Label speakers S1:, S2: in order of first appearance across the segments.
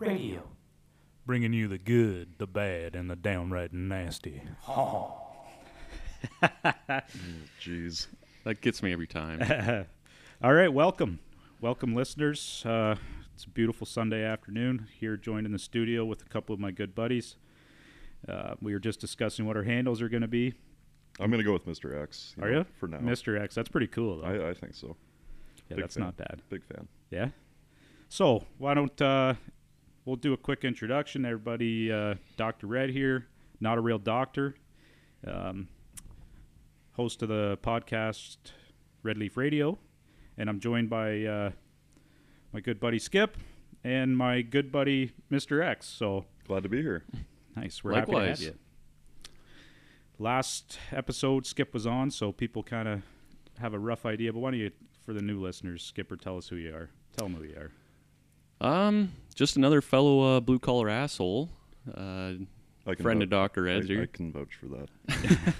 S1: Radio.
S2: Bringing you the good, the bad, and the downright nasty.
S3: Jeez, that gets me every time.
S2: All right, welcome. Welcome, listeners. Uh, it's a beautiful Sunday afternoon here, joined in the studio with a couple of my good buddies. Uh, we were just discussing what our handles are going to be.
S3: I'm gonna go with Mr. X.
S2: Are
S3: know,
S2: you?
S3: for now?
S2: Mr. X. That's pretty cool, though.
S3: I, I think so.
S2: yeah,
S3: big
S2: that's
S3: fan.
S2: not bad.
S3: Big fan.
S2: Yeah. So why don't uh, we'll do a quick introduction, everybody? Uh, Doctor Red here, not a real doctor, um, host of the podcast Red Leaf Radio, and I'm joined by uh, my good buddy Skip and my good buddy Mister X. So
S3: Glad to be here.
S2: Nice. We're
S3: Likewise.
S2: happy to have you. Last episode, Skip was on, so people kind of have a rough idea. But why don't you, for the new listeners, Skipper, tell us who you are. Tell them who you are.
S4: Um, just another fellow uh, blue collar asshole. Uh,
S3: I can
S4: Friend
S3: vou-
S4: of Dr.
S3: I-
S4: Edzer.
S3: I can vouch for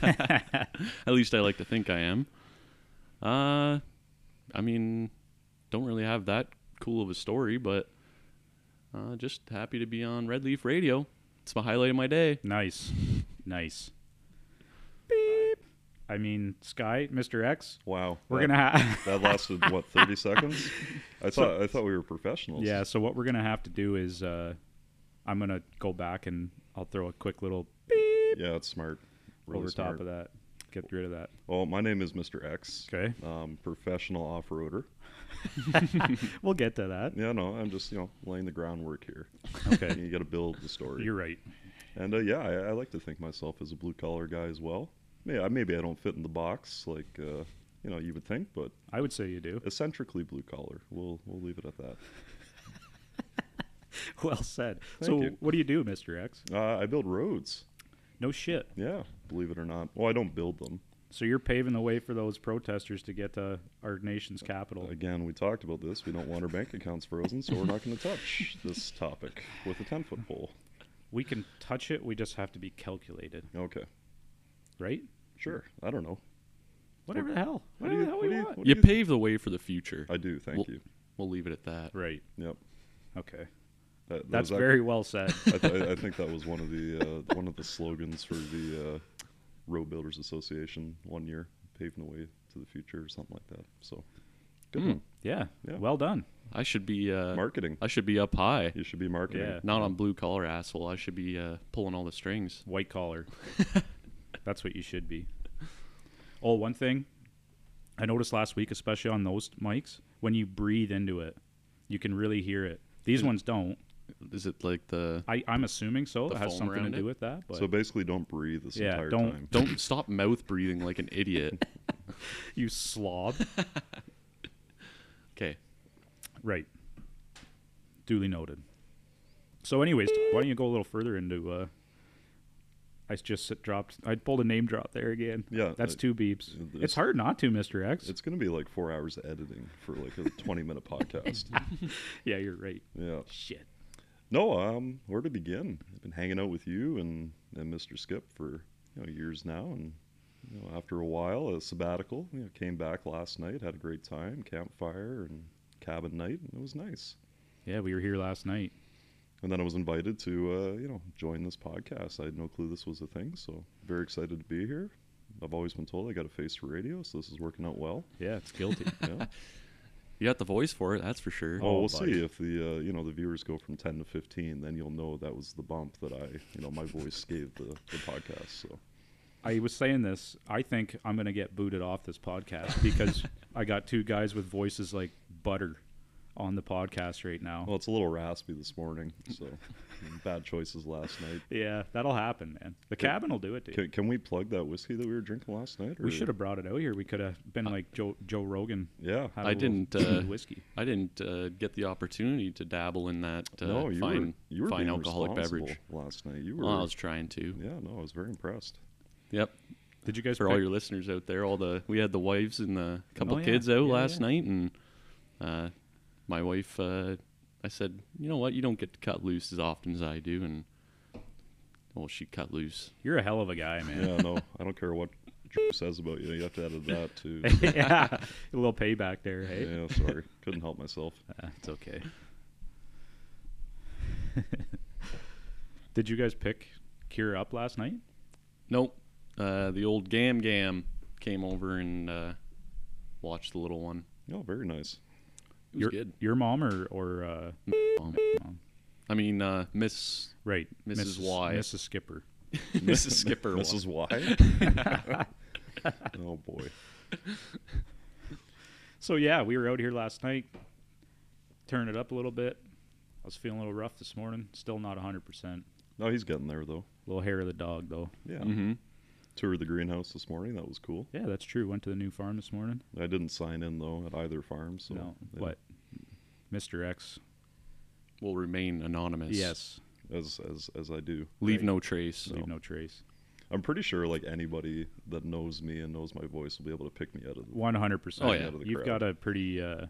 S3: that.
S4: at least I like to think I am. Uh, I mean, don't really have that cool of a story, but uh, just happy to be on Red Leaf Radio. It's my highlight of my day.
S2: Nice. Nice. Beep. I mean, Sky, Mr. X.
S3: Wow.
S2: We're
S3: that,
S2: gonna have.
S3: that lasted what 30 seconds? I thought I thought we were professionals.
S2: yeah. So what we're gonna have to do is, uh, I'm gonna go back and I'll throw a quick little beep
S3: Yeah, it's smart. Really
S2: over
S3: smart.
S2: top of that. Get rid of that.
S3: Well, my name is Mr. X.
S2: Okay.
S3: Um, professional off-roader.
S2: We'll get to that.
S3: Yeah, no, I'm just you know laying the groundwork here.
S2: Okay.
S3: you got to build the story.
S2: You're right.
S3: And uh, yeah, I, I like to think myself as a blue collar guy as well. Yeah, maybe I don't fit in the box like uh, you know you would think, but
S2: I would say you do.
S3: eccentrically blue collar. We'll we'll leave it at that.
S2: Well said.
S3: Thank
S2: so,
S3: you.
S2: what do you do, Mr. X?
S3: Uh, I build roads.
S2: No shit.
S3: Yeah, believe it or not. Well, I don't build them.
S2: So you're paving the way for those protesters to get to our nation's capital.
S3: Again, we talked about this. We don't want our bank accounts frozen, so we're not going to touch this topic with a ten foot pole.
S2: We can touch it. We just have to be calculated,
S3: Okay,
S2: right?
S3: sure. I don't know.
S2: Whatever the hell. Whatever the hell we want.
S3: what
S4: You
S3: do
S4: pave the way for the future.
S3: I do. Thank
S4: Well-
S3: you.
S4: We'll leave it at that.
S2: Right.
S3: Yep.
S2: Okay.
S3: That, that
S2: That's
S3: was ac-
S2: very well said.
S3: I, th- I think that was one of the uh, one of the slogans for the uh, Road Builders Association one year, paving the way to the future or something like that. So, good one.
S2: yeah.
S3: Yeah.
S2: Well done.
S4: I should be uh,
S3: marketing.
S4: Hmm. I should be up high,
S3: You should be marketing.
S2: Yeah.
S4: not on blue collar asshole. I should be uh, pulling all the strings.
S2: White collar. That's what you should be. Oh, one thing I noticed last week, especially on those mics, when you breathe into it, you can really hear it. These ones don't.
S4: Is it like the
S2: I, I'm assuming so.
S4: The
S2: it has
S4: foam
S2: something to
S4: around
S2: do
S4: it?
S2: with that. But
S3: So basically, don't breathe this
S2: Yeah,
S3: entire
S2: don't-
S3: time.
S4: don't stop mouth breathing like an idiot?
S2: you slob.
S4: Okay,
S2: Right. Duly noted. So, anyways, why don't you go a little further into? Uh, I s- just s- dropped. I pulled a name drop there again.
S3: Yeah,
S2: that's
S3: uh,
S2: two beeps.
S3: it-
S2: It's,
S3: it's-
S2: hard not to, Mister X.
S3: It's going to be like four hours of editing for like a 20 minute podcast.
S2: Yeah, you're right.
S3: Yeah.
S2: Shit.
S3: No, um, where to begin? I've been hanging out with you and, and Mr. Skip for you know years now, and you know after a while, a sabbatical. You know, came back last night, had a great time, campfire and cabin night, and it was nice.
S2: Yeah, we were here last night.
S3: And then I was invited to uh, you know join this podcast. I had no clue this was a thing, so very excited to be here. I've always been told I got a face for radio, so this is working out well.
S2: Yeah, it's guilty.
S3: Yeah.
S4: you got the voice for it. That's for sure.
S3: Well,
S2: Oh,
S3: we'll
S2: buddy.
S3: see if the uh, you know the viewers go from ten to fifteen, then you'll know that was the bump that I you know my voice gave the, the podcast. So
S2: I was saying this. I think I'm gonna get booted off this podcast because I got two guys with voices like butter on the podcast right now.
S3: well, it's a little raspy this morning. So bad choices last night.
S2: yeah, that'll happen, man. The cabin will do it, dude.
S3: Can, can we plug that whiskey that we were drinking last night?
S2: We
S3: or-
S2: should have brought it out here. We could have been like Joe Joe Rogan.
S3: Yeah.
S2: had a
S4: Uh, I
S2: little
S4: didn't, uh,
S2: whiskey.
S4: I didn't uh, get the opportunity to dabble in that uh,
S3: no, you
S4: fine,
S3: were you were
S4: fine
S3: being
S4: alcoholic
S3: responsible
S4: beverage.
S3: last night. You were.
S4: Well, I was trying to.
S3: yeah. No, I was very impressed.
S4: Yep.
S2: Did you guys
S4: For all
S2: pick-
S4: your listeners out there, all the we had the wives and the couple
S2: Oh, yeah.
S4: kids out
S2: Yeah,
S4: last
S2: yeah.
S4: night, and uh, my wife, uh, I said, you know what, you don't get to cut loose as often as I do, and well, she cut loose.
S2: You're a hell of a guy, man.
S3: Yeah. No, I don't care what Drew says about you. You have to edit that too.
S2: Yeah, a little payback there. Hey,
S4: Uh,
S3: yeah. Sorry, couldn't help myself.
S2: Ah, it's okay. Did you guys pick Kira up last night?
S4: Nope. Uh, the old Gam Gam came over and uh, watched the little one.
S3: Oh, very nice.
S4: It was
S2: your,
S4: good.
S2: Your mom or or uh,
S4: Um, I mean, uh, Miss
S2: right,
S4: Mrs. Y.
S2: Mrs. Skipper.
S4: Mrs. Skipper. was-
S3: Mrs. Y. oh boy.
S2: So yeah, we were out here last night, turn it up a little bit. I was feeling a little rough this morning. Still not 100%.
S3: No, he's getting there though.
S2: little hair of the dog though.
S3: Yeah.
S2: Mm-hmm.
S4: Mhm.
S3: Toured the greenhouse this morning. That was cool.
S2: Yeah, that's true. Went to the new farm this morning.
S3: I didn't sign in though at either farm, so
S2: no,
S3: yeah,
S2: what? Mr. X.
S4: Will remain anonymous.
S2: Yes.
S3: as as as I do.
S4: Leave no trace.
S2: Leave no trace.
S3: I'm pretty sure like anybody that knows me and knows my voice will be able to pick me out of the
S2: One hundred percent.
S4: Oh, yeah.
S2: You've got a pretty uh,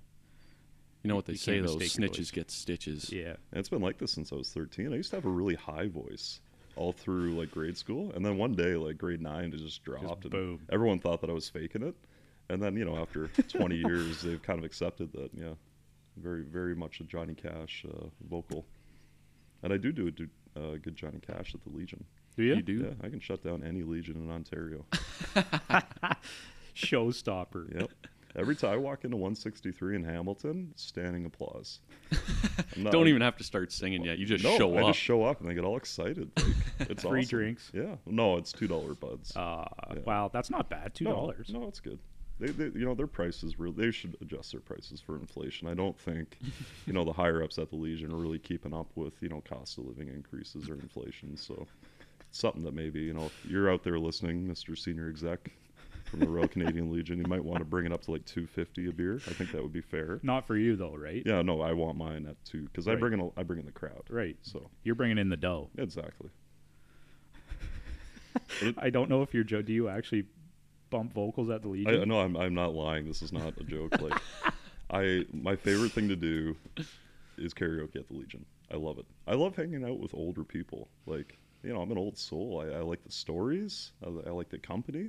S4: You know what they
S2: You
S4: say
S2: can't
S4: though:
S2: mistake your
S4: snitches
S2: voice.
S4: get stitches.
S2: yeah.
S3: And it's been like this since I was 13. I used to have a really high voice all through like grade school, and then one day like grade nine it just dropped, and
S2: boom.
S3: everyone thought that I was faking it. And then you know after 20 years they've kind of accepted that. Yeah, very very much a Johnny Cash uh, vocal, and I do do a do, uh, good Johnny Cash at the Legion.
S2: Do you?
S4: You do.
S3: Yeah, I can shut down any Legion in Ontario.
S2: Showstopper.
S3: Yep. Every time I walk into 163 in Hamilton, standing applause. I'm not-
S4: Don't even have to start singing yet. You just
S3: no,
S4: show
S3: I
S4: up.
S3: just show up and they get all excited. Like, it's
S2: Free
S3: awesome.
S2: drinks.
S3: Yeah. No, it's two dollar buds.
S2: Uh,
S3: Yeah.
S2: Wow, that's not bad. Two
S3: No,
S2: dollars.
S3: No, it's good. They, they, you know, their prices really. They should adjust their prices for inflation. I don't think, you know, the higher ups at the Legion are really keeping up with you know cost of living increases or inflation. So, something that maybe you know, if you're out there listening, Mister Senior Exec from the Royal Canadian Legion, you might want to bring it up to like two fifty a beer. I think that would be fair.
S2: Not for you though, right?
S3: Yeah. No, I want mine at two because I
S2: Right.
S3: bring in a, I bring in the crowd.
S2: Right.
S3: So
S2: You're bringing in the dough.
S3: exactly.
S2: I don't know if you're Joe. Do you actually bump vocals at the
S3: I,
S2: Legion?
S3: no, I'm I'm not lying. This is not a joke. Like, I my favorite thing to do is karaoke at the Legion. I love it. I love hanging out with older people. Like, you know, I'm an old soul. I, I like the stories. I, I like the company,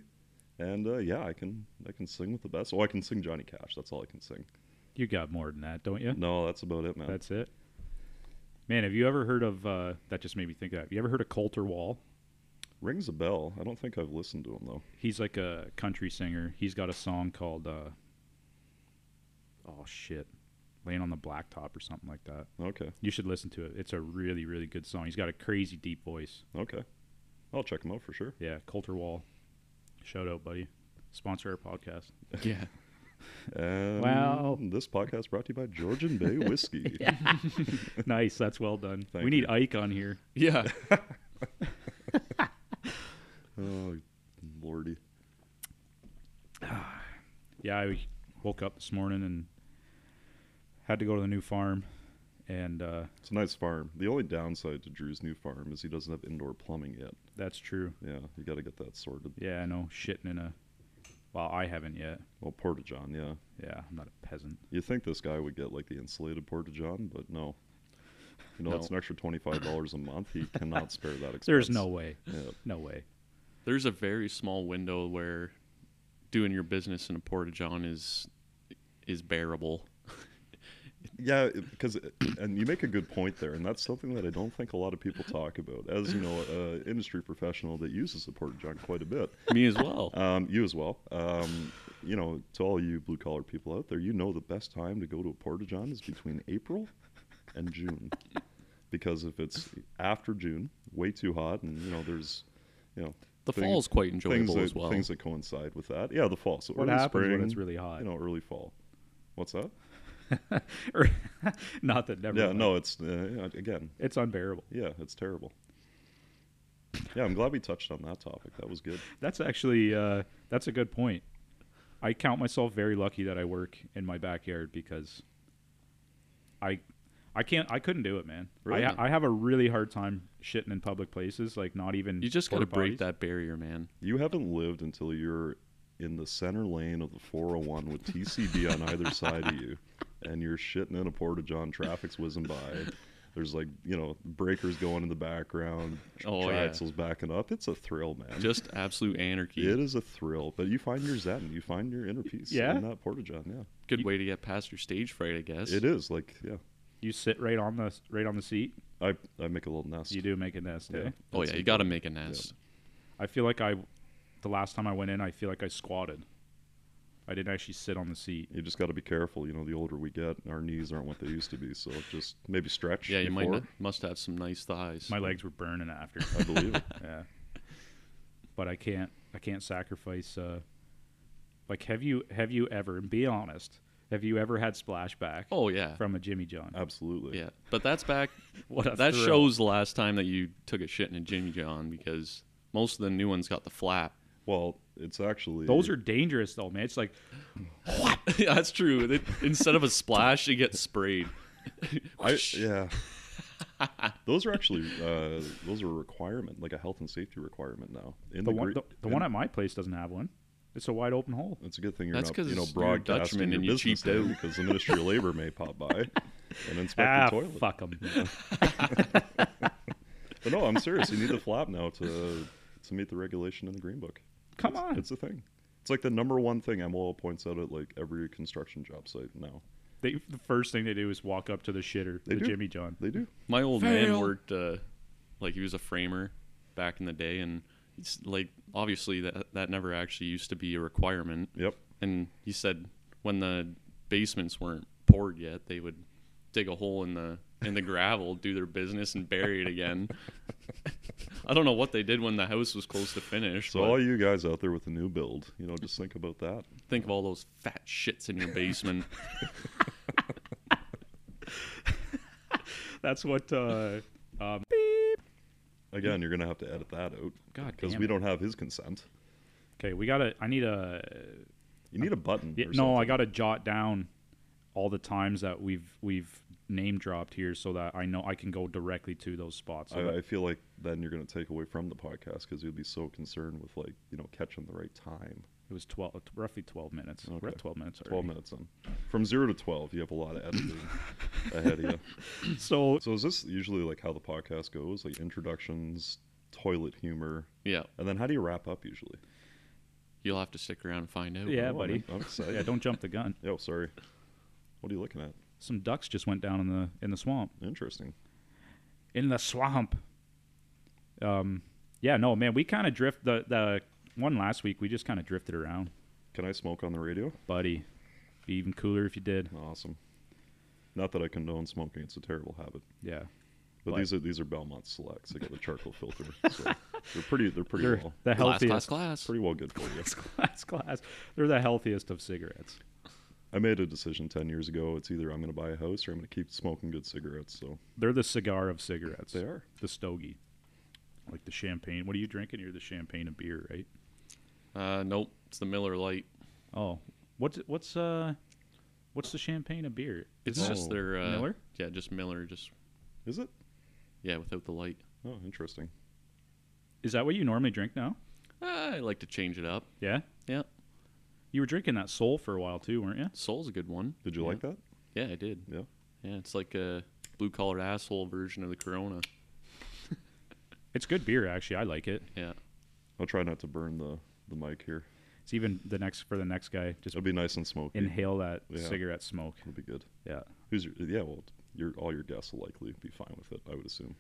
S3: and uh, yeah, I can I can sing with the best. Oh, I can sing Johnny Cash. That's all I can sing.
S2: You got more than that, don't you?
S3: No, that's about it, man.
S2: That's it. Man, have you ever heard of? Uh, that just made me think of that. Have you ever heard of Coulter Wall?
S3: Rings a bell. I don't think I've listened to him though.
S2: He's like a country singer. He's got a song called uh, "Oh Shit," laying on the blacktop or something like that.
S3: Okay,
S2: You should listen to it. It's a really, really good song. He's got a crazy deep voice.
S3: okay, I'll check him out for sure.
S2: Yeah, Coulter Wall. Shout out, buddy. Sponsor our podcast.
S4: yeah.
S3: And
S2: Wow.
S3: this podcast brought to you by Georgian Bay Whiskey.
S2: nice. That's well done.
S3: Thank
S2: we need
S3: you.
S2: Ike on here.
S4: Yeah.
S3: Oh, lordy.
S2: Yeah, I woke up this morning and had to go to the new farm. And uh,
S3: It's a nice farm. The only downside to Drew's new farm is he doesn't have indoor plumbing yet.
S2: that's true.
S3: Yeah, you got to get that sorted.
S2: Yeah, I know. Shitting in a. Well, I haven't yet.
S3: Well, Porta John, yeah.
S2: Yeah, I'm not a peasant.
S3: You think this guy would get like the insulated Porta John, but no. You know,
S4: No.
S3: it's an extra twenty-five dollars a month. He cannot spare that expense.
S2: There's no way.
S3: Yeah.
S2: No way.
S4: There's a very small window where doing your business in a porta john is is bearable.
S3: Yeah, because and you make a good point there, and that's something that I don't think a lot of people talk about. As you know, an industry professional that uses the Porta John quite a bit.
S4: Me as well.
S3: Um, you as well. Um, you know, to all you blue collar people out there, you know the best time to go to a porta john is between April and June, because if it's after June, way too hot, and you know there's, you know,
S4: The
S3: thing-
S4: fall's quite
S3: things
S4: enjoyable
S3: that,
S4: as well.
S3: Things that coincide with that. Yeah, the fall. So
S2: What
S3: early
S2: happens when
S3: spring,
S2: it's really hot?
S3: You know, early fall. What's that?
S2: Or- not that never.
S3: Yeah,
S2: mind.
S3: no, it's uh, again.
S2: It's unbearable.
S3: Yeah, it's terrible. Yeah, I'm glad we touched on that topic. That was good.
S2: That's actually uh, that's a good point. I count myself very lucky that I work in my backyard because I I can't I couldn't do it, man.
S3: Really?
S2: I I have a really hard time shitting in public places, like not even
S4: you just got to
S2: porta
S4: break
S2: potties.
S4: that barrier, man.
S3: You haven't lived until you're in the center lane of the 401 with TCB on either side of you, and you're shitting in a porta john. Traffic's whizzing by. There's like you know breakers going in the background. tr-
S4: Oh, yeah.
S3: triaxles backing up. It's a thrill, man.
S4: Just absolute anarchy.
S3: it is a thrill, but you find your zen, you find your inner peace
S2: Yeah?
S3: in that porta john. Yeah,
S4: Good way to get past your stage fright, I guess.
S3: it is like yeah.
S2: You sit right on the right on the seat.
S3: I, I make a little nest.
S2: You do make a nest.
S3: Yeah.
S2: eh?
S4: Oh
S3: That's
S4: yeah, you
S3: important.
S4: got to make a nest.
S2: I feel like I, the last time I went in, I feel like I squatted. I didn't actually sit on the seat.
S3: You just got to be careful. You know, the older we get, our knees aren't what they used to be. So just maybe stretch.
S4: Yeah, you might
S3: before.
S4: not, must have some nice thighs.
S2: My legs were burning after.
S3: I believe it.
S2: yeah. But I can't. I can't sacrifice. Uh, like, have you have you ever? And be honest. Have you ever had splashback
S4: oh yeah,
S2: from a Jimmy John?
S3: Uh, Absolutely.
S4: yeah. But that's back.
S2: What uh, a
S4: that
S2: thrill.
S4: shows the last time that you took a shit in a Jimmy John because most of the new ones got the flap.
S3: Well, it's actually
S2: Those are dangerous, though, man. It's like
S4: Yeah, that's true. They- instead of a splash, you get sprayed.
S3: I, yeah. those are actually uh, those are a requirement, like a health and safety requirement now. In
S2: the one.
S3: gre-
S2: The, the
S3: in-
S2: one at my place doesn't have one. It's a wide open hole.
S3: It's a good thing you're
S4: That's
S3: not, you
S4: 'cause
S3: know,
S4: you're a
S3: broadcasting
S4: Dutchman
S3: your
S4: and you
S3: business
S4: cheaped
S3: there
S4: out.
S3: because the Ministry of Labor may pop by and inspect
S2: Ah,
S3: your toilet.
S2: fuck 'em.
S3: But no, I'm serious. You need the flap now to to meet the regulation in the Green Book.
S2: Come
S3: It's-
S2: on.
S3: it's a thing. It's like the number one thing MOL points out at like every construction job site now.
S2: They, the first thing they do is walk up to the shitter,
S3: They
S2: the
S3: do.
S2: Jimmy John.
S3: They do.
S4: My old man
S2: Fail.
S4: worked uh, like he was a framer back in the day, and it's like obviously that that never actually used to be a requirement.
S3: Yep.
S4: And he said when the basements weren't poured yet, they would dig a hole in the in the gravel, do their business, and bury it again. I don't know what they did when the house was close to finish.
S3: So
S4: but
S3: all you guys out there with the new build, you know, just think about that.
S4: think of all those fat shits in your basement.
S2: That's what. Uh,
S4: Mm.
S3: Again, you're gonna have to edit that out
S2: God
S3: because
S2: damn
S3: we
S2: it.
S3: don't have his consent.
S2: okay, we gotta. I need a.
S3: You need a button.
S2: yeah,
S3: or
S2: no, I
S3: something.
S2: gotta jot down all the times that we've we've name dropped here, so that I know I can go directly to those spots. So that-
S3: I, I feel like then you're gonna take away from the podcast because you'd be so concerned with like you know catching the right time.
S2: it was twelve, roughly twelve minutes. We're at
S3: Okay.
S2: twelve minutes.
S3: Twelve minutes in, from zero to twelve, you have a lot of editing ahead of you.
S2: minutes. So
S3: So is this usually like how the podcast goes? Like introductions, toilet humor,
S4: yeah,
S3: and then how do you wrap up usually?
S4: you'll have to stick around and find out.
S2: Yeah,
S3: Oh,
S2: buddy.
S3: I'm, I'm excited.
S2: yeah, don't jump the gun.
S3: Yo, sorry. What are you looking at?
S2: Some ducks just went down in the in the swamp.
S3: Interesting.
S2: in the swamp. Um, yeah, no, man, we kind of drift the the one last week. We just kind of drifted around,
S3: Can I smoke on the radio?
S2: buddy. Be even cooler if you did.
S3: Awesome. Not that I condone smoking; it's a terrible habit.
S2: Yeah,
S3: But
S2: Like-
S3: these are these are Belmont Selects. They got the charcoal filter, so they're pretty. They're pretty
S2: they're
S3: well.
S2: the
S4: Class, class,
S2: healthiest.
S4: class.
S3: Pretty well good for you.
S2: class, class. They're the healthiest of cigarettes.
S3: I made a decision ten years ago. It's either I'm going to buy a house or I'm going to keep smoking good cigarettes. So
S2: They're the cigar of cigarettes.
S3: they are.
S2: the stogie, like the champagne. What are you drinking? You're the champagne and beer, right?
S4: Uh, nope, it's the Miller Light.
S2: Oh, what's what's uh, what's the champagne and beer?
S4: It's
S3: Oh.
S4: just their uh,
S2: Miller?
S4: Yeah, just Miller. Just
S3: Is it?
S4: yeah, without the light.
S3: Oh, interesting.
S2: Is that what you normally drink now?
S4: Ah, I like to change it up.
S2: Yeah,
S4: Yeah,
S2: you were drinking that Soul for a while too, weren't you?
S4: Soul's a good one.
S3: Did you
S4: yeah.
S3: like that?
S4: Yeah, I did.
S3: Yeah.
S4: Yeah, it's like a blue collar asshole version of the Corona.
S2: It's good beer, actually. I like it.
S4: Yeah,
S3: I'll try not to burn the the mic here.
S2: It's even the next for the next guy. Just
S3: It'll be nice and smoky.
S2: inhale that
S3: Yeah.
S2: cigarette smoke.
S3: It'll be good.
S2: Yeah.
S3: Who's your? Yeah. Well, your all your guests will likely be fine with it. I would assume.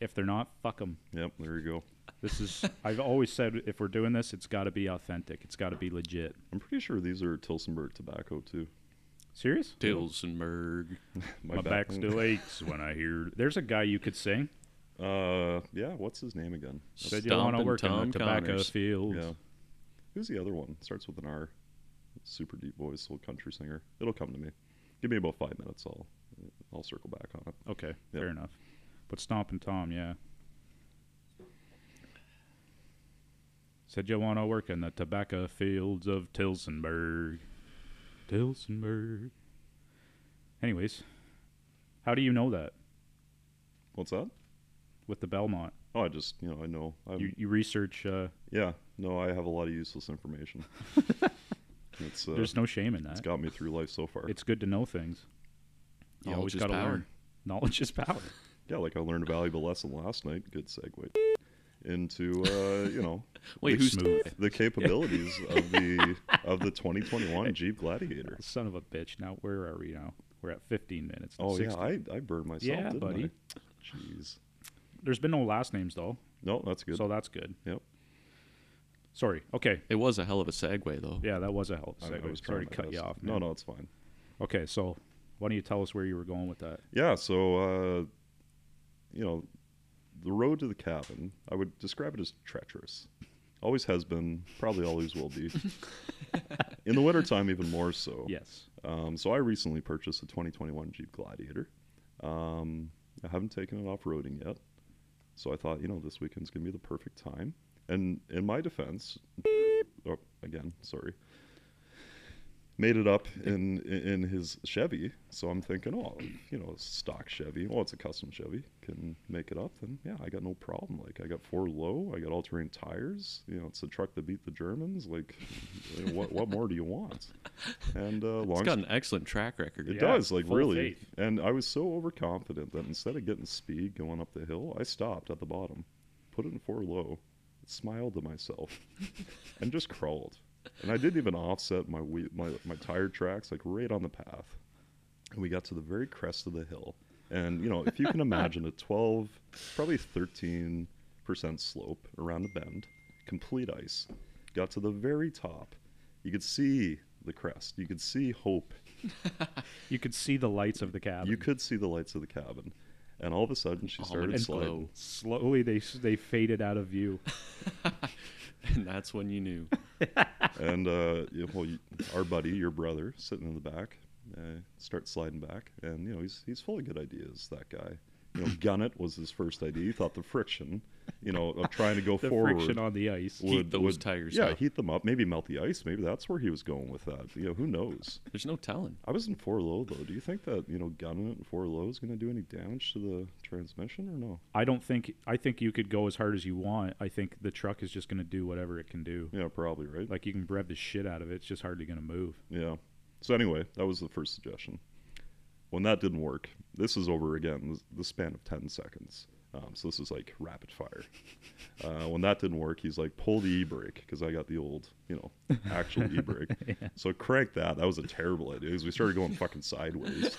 S2: If they're not, fuck them.
S3: Yep. There you go.
S2: This is I've always said if we're doing this, it's got to be authentic. It's got to be legit.
S3: I'm pretty sure these are Tilsonburg tobacco too.
S2: Serious?
S4: Dilsenberg.
S2: My, back still aches when I hear. There's a guy you could sing.
S3: Uh, yeah. What's his name again?
S2: Said you want to
S4: Stompin'
S2: work in
S4: Tom
S2: the tobacco
S4: Connors.
S2: fields.
S3: Yeah. Who's the other one? Starts with an R. Super deep voice, old country singer. It'll come to me. Give me about five minutes. I'll I'll circle back on it.
S2: Okay, fair enough. But Stompin' Tom, yeah. Said you want to work in the tobacco fields of Tilsonburg. Tilsonburg. Anyways, how do you know that
S3: What's that?
S2: with the Belmont?
S3: Oh, I just you know I know. I'm,
S2: You, you research. Uh,
S3: yeah. No, I have a lot of useless information. it's uh,
S2: there's no shame in
S3: it's
S2: that.
S3: got me through life so far.
S2: It's good to know things. You
S4: Knowledge
S2: always
S4: is
S2: got to
S4: power.
S2: learn. Knowledge is power.
S3: yeah, like I learned a valuable lesson last night. Good segue into uh, you know
S4: Wait,
S3: the,
S4: who's
S2: Smooth.
S3: the capabilities of the of the 2021 Jeep Gladiator.
S2: Son of a bitch. Now where are we now? We're at 15 minutes. and
S3: Oh
S2: 16.
S3: yeah, I I burned myself.
S2: Yeah,
S3: didn't
S2: buddy.
S3: I? Jeez.
S2: There's been no last names though,
S3: No, that's good.
S2: so that's good.
S3: yep.
S2: Sorry. Okay.
S4: It was a hell of a segue, though.
S2: Yeah, that was a hell of
S3: I-
S2: a
S3: I
S2: segue.
S3: was trying
S2: Sorry to
S3: my
S2: cut you
S3: best.
S2: off.
S3: No,
S2: man.
S3: no, it's fine.
S2: Okay, so why don't you tell us where you were going with that?
S3: Yeah, so uh, you know, the road to the cabin, I would describe it as treacherous. Always has been, probably always will be. In the wintertime, even more so.
S2: Yes.
S3: Um, so I recently purchased a 2021 Jeep Gladiator. Um, I haven't taken it off roading yet, so I thought, you know, this weekend's gonna be the perfect time. And in my defense, oh, again, sorry, made it up in in his Chevy. So I'm thinking, oh, you know, stock Chevy. Well, it's a custom Chevy. Can make it up, then yeah, I got no problem. Like I got four low, I got all terrain tires. You know, it's a truck that beat the Germans. Like, what what more do you want? And uh, long
S4: It's
S3: story
S4: got an excellent track record.
S3: it
S2: Yeah,
S3: does, like
S2: full
S3: really.
S2: faith.
S3: And I was so overconfident that instead of getting speed going up the hill, I stopped at the bottom, put it in four low, smiled to myself, and just crawled. And I didn't even offset my wheel, my my tire tracks, like right on the path. And we got to the very crest of the hill. And you know, if you can imagine a 12, probably 13 percent slope around a bend, complete ice. Got to the very top. You could see the crest. You could see hope
S2: You could see the lights of the cabin.
S3: you could see the lights of the cabin, and all of a sudden she
S2: Oh,
S3: started
S4: Almond and
S3: sliding.
S4: glow.
S2: Slowly they they faded out of view.
S4: And that's when you knew.
S3: And uh, you know, well, you- our buddy, your brother, sitting in the back, uh, starts sliding back, and you know he's he's full of good ideas. That guy, you know, gun it was his first idea. He thought the friction, you know, of trying to go
S2: The
S3: forward.
S2: friction on the ice.
S4: Heat those tires
S3: Yeah,
S4: up.
S3: heat them up. Maybe melt the ice. Maybe that's where he was going with that. You know, who knows?
S4: There's no telling.
S3: I was in four low though. Do you think that you know gunning it in four low is going to do any damage to the transmission or no?
S2: I don't think I think you could go as hard as you want. I think the truck is just going to do whatever it can do.
S3: Yeah, probably right.
S2: Like you can rev the shit out of it. It's just hardly going to move.
S3: Yeah. So anyway, that was the first suggestion. When that didn't work, this is over again. th- The span of ten seconds. Um, so this is like rapid fire. Uh, when that didn't work, he's like, "Pull the e-brake," because I got the old, you know, actual e-brake. So crank that. That was a terrible idea. Because we started going fucking sideways.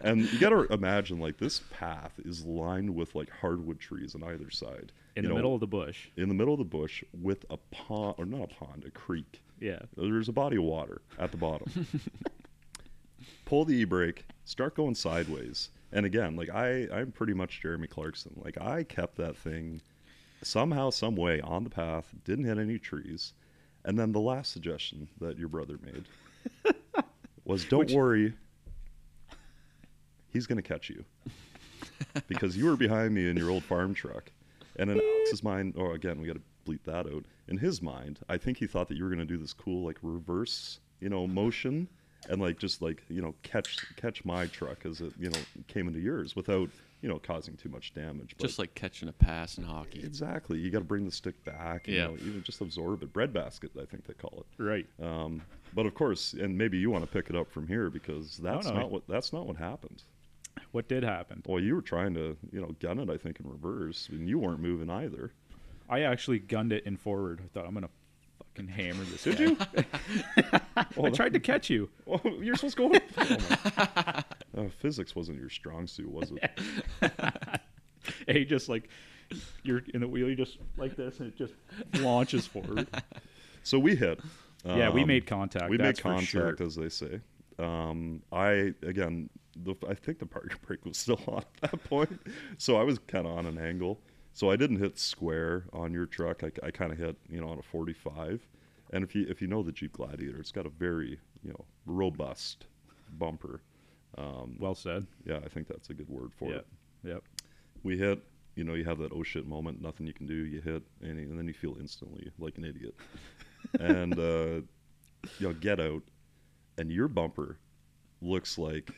S3: And you got to imagine, like, this path is lined with like hardwood trees on either side.
S2: In
S3: You
S2: the
S3: know,
S2: middle of the bush.
S3: In the middle of the bush, with a pond, or not a pond, a creek
S2: Yeah.
S3: there's a body of water at the bottom. Pull the e-brake, start going sideways. And again, like I, I'm pretty much Jeremy Clarkson. Like I kept that thing somehow, some way on the path, didn't hit any trees. And then the last suggestion that your brother made was don't worry, he's gonna catch you. Because you were behind me in your old farm truck. And in Alex's mind, oh, again, we got to bleep that out. In his mind, I think he thought that you were going to do this cool, like, reverse, you know, motion and, like, just, like, you know, catch catch my truck as it, you know, came into yours without, you know, causing too much damage. But
S4: Just like catching a pass in hockey.
S3: exactly. You got to bring the stick back, you
S4: Yeah.
S3: know, even just absorb it. Breadbasket, I think they call it.
S2: Right.
S3: Um, but of course, and maybe you want to pick it up from here because that's
S2: no.
S3: not what that's not what happened.
S2: What did happen?
S3: Well, you were trying to, you know, gun it, I think, in reverse, and you weren't moving either.
S2: I actually gunned it in forward. I thought I'm going to fucking hammer this.
S3: Did
S2: guy."
S3: you?
S2: I tried to catch you.
S3: Well, you're supposed to go. Oh my- uh, physics wasn't your strong suit, was it?
S2: And you just like you're in the wheel, you just like this, and it just launches forward.
S3: So we hit.
S2: yeah, we
S3: Um,
S2: made contact.
S3: We
S2: that's
S3: made contact,
S2: For sure.
S3: as they say. Um, I again, the, I think the parking brake was still on at that point, so I was kind of on an angle. So I didn't hit square on your truck. I, I kind of hit, you know, on a 45. And if you if you know the Jeep Gladiator, it's got a very you know robust bumper.
S2: Well said.
S3: Yeah, I think that's a good word for
S2: Yeah.
S3: it.
S2: Yep.
S3: we hit you know you have that oh shit moment nothing you can do you hit and, and then you feel instantly like an idiot and uh, you know get out and your bumper looks like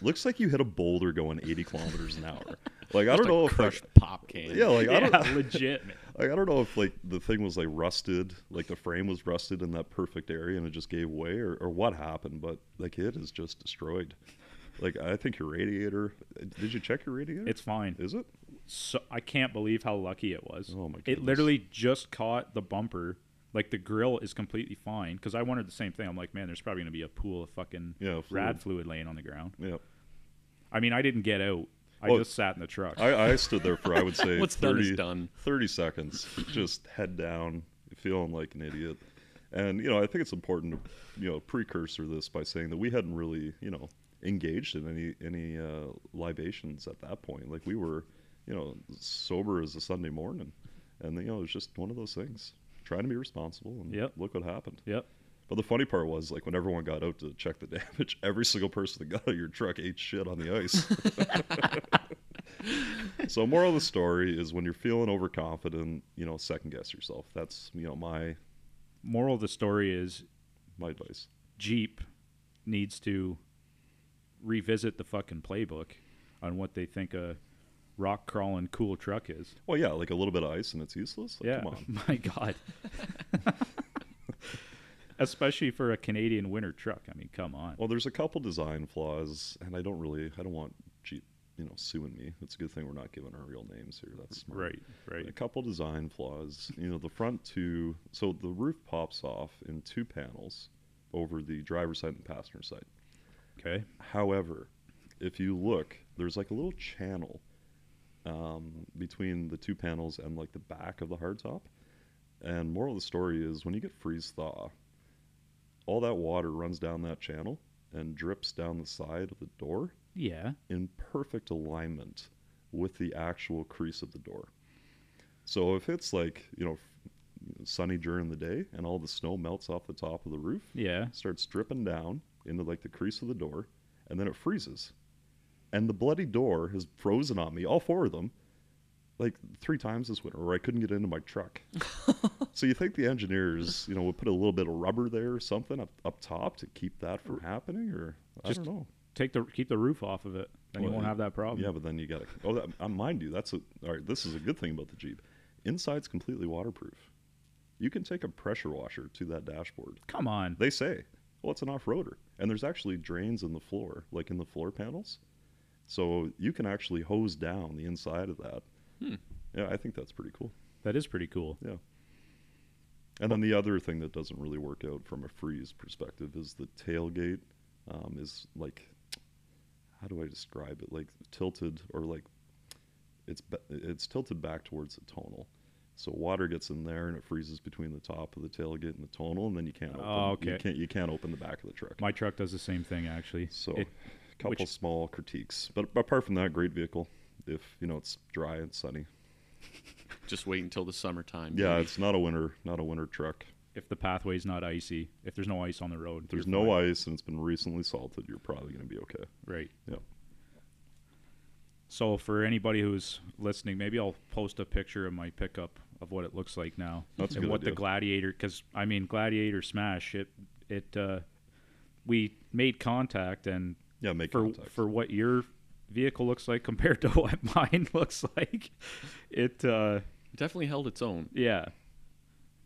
S3: looks like you hit a boulder going 80 kilometers an hour like i don't know if like,
S4: Crushed pop can.
S3: yeah like i don't
S2: yeah, legit. Man.
S3: like, I don't know if like the thing was like rusted, like the frame was rusted in that perfect area and it just gave way or, or what happened, but like it is just destroyed. Like I think your radiator did you check your radiator?
S2: It's fine.
S3: is it?
S2: so I can't believe how lucky it was.
S3: Oh my
S2: It
S3: goodness.
S2: literally just caught the bumper Like the grill is completely fine because I wondered the same thing. I'm like, man, there's probably gonna be a pool of fucking
S3: Yeah,
S2: rad fluid laying on the ground.
S3: Yeah,
S2: I mean, I didn't get out. I
S3: Well,
S2: just sat in the truck.
S3: I, I stood there for I would say
S4: What's done is
S3: 30,
S4: done.
S3: 30 seconds, just head down, feeling like an idiot. And you know, I think it's important to you know precursor this by saying that we hadn't really you know engaged in any any uh, libations at that point. Like we were you know sober as a Sunday morning, and you know it was just one of those things. Trying to be responsible, and
S2: Yep.
S3: look what happened.
S2: yep.
S3: But the funny part was, like, when everyone got out to check the damage, every single person that got out of your truck ate shit on the ice. so, moral of the story is when you're feeling overconfident, you know, second guess yourself. That's, you know, my
S2: Moral of the story is
S3: my advice.
S2: Jeep needs to revisit the fucking playbook on what they think a rock crawling cool truck is.
S3: Well, yeah, like a little bit of ice and it's useless. Like,
S2: yeah.
S3: Come on.
S2: My God. Especially for a Canadian winter truck. I mean, come on.
S3: Well, there's a couple design flaws, and I don't really, I don't want Jeep, you know, suing me. It's a good thing we're not giving our real names here. That's smart.
S2: Right,
S3: A
S2: right.
S3: couple design flaws. You know, the front two. So the roof pops off in two panels over the driver's side and passenger side.
S2: Okay.
S3: However, if you look, there's like a little channel um, between the two panels and like the back of the hardtop. And moral of the story is when you get freeze thaw, all that water runs down that channel and drips down the side of the door
S2: Yeah.
S3: in perfect alignment with the actual crease of the door. So if it's like, you know, sunny during the day and all the snow melts off the top of the roof,
S2: Yeah.
S3: starts dripping down into like the crease of the door, and then it freezes. And the bloody door has frozen on me, all four of them, like three times this winter, or I couldn't get into my truck. so you think the engineers, you know, would put a little bit of rubber there or something up, up top to keep that from happening, or I
S2: Just-
S3: don't know.
S2: Take the keep the roof off of it. Then you
S3: Well,
S2: won't have that problem.
S3: Yeah, but then you got to. Oh, that, uh, mind you, that's a, all right. This is a good thing about the Jeep. Inside's completely waterproof. You can take a pressure washer to that dashboard.
S2: Come on.
S3: They say, well, it's an off-roader, and there's actually drains in the floor, like in the floor panels, so you can actually hose down the inside of that. Yeah, I think that's pretty cool.
S2: That is pretty cool.
S3: Yeah. And then the other thing that doesn't really work out from a freeze perspective is the tailgate um, is like, how do I describe it? Like tilted or like it's ba- it's tilted back towards the tonal. So water gets in there and it freezes between the top of the tailgate and the tonal, and then you can't open.
S2: Oh,
S3: You
S2: okay.
S3: can't you can't open the back of the truck.
S2: My truck does the same thing actually.
S3: so,
S2: It-
S3: a couple
S2: which-
S3: small critiques, but apart from that, great vehicle. If you know it's dry and sunny,
S4: Just wait until the summertime.
S2: Mm-hmm.
S3: yeah, it's not a winter not a winter truck.
S2: if the pathway's not icy, if there's no ice on the road,
S3: If there's
S2: you're
S3: no
S2: fine.
S3: ice and it's been recently salted, you're probably going to be okay.
S2: Right.
S3: Yep.
S2: So for anybody who's listening, maybe I'll post a picture of my pickup of what it looks like now
S3: That's a
S2: and
S3: good
S2: what the
S3: idea.
S2: Gladiator. Because I mean, Gladiator Smash. It it uh, we made contact and
S3: Yeah, make
S2: for
S3: contact.
S2: for what your vehicle looks like compared to what mine looks like. It uh,
S4: It definitely held its own.
S2: yeah,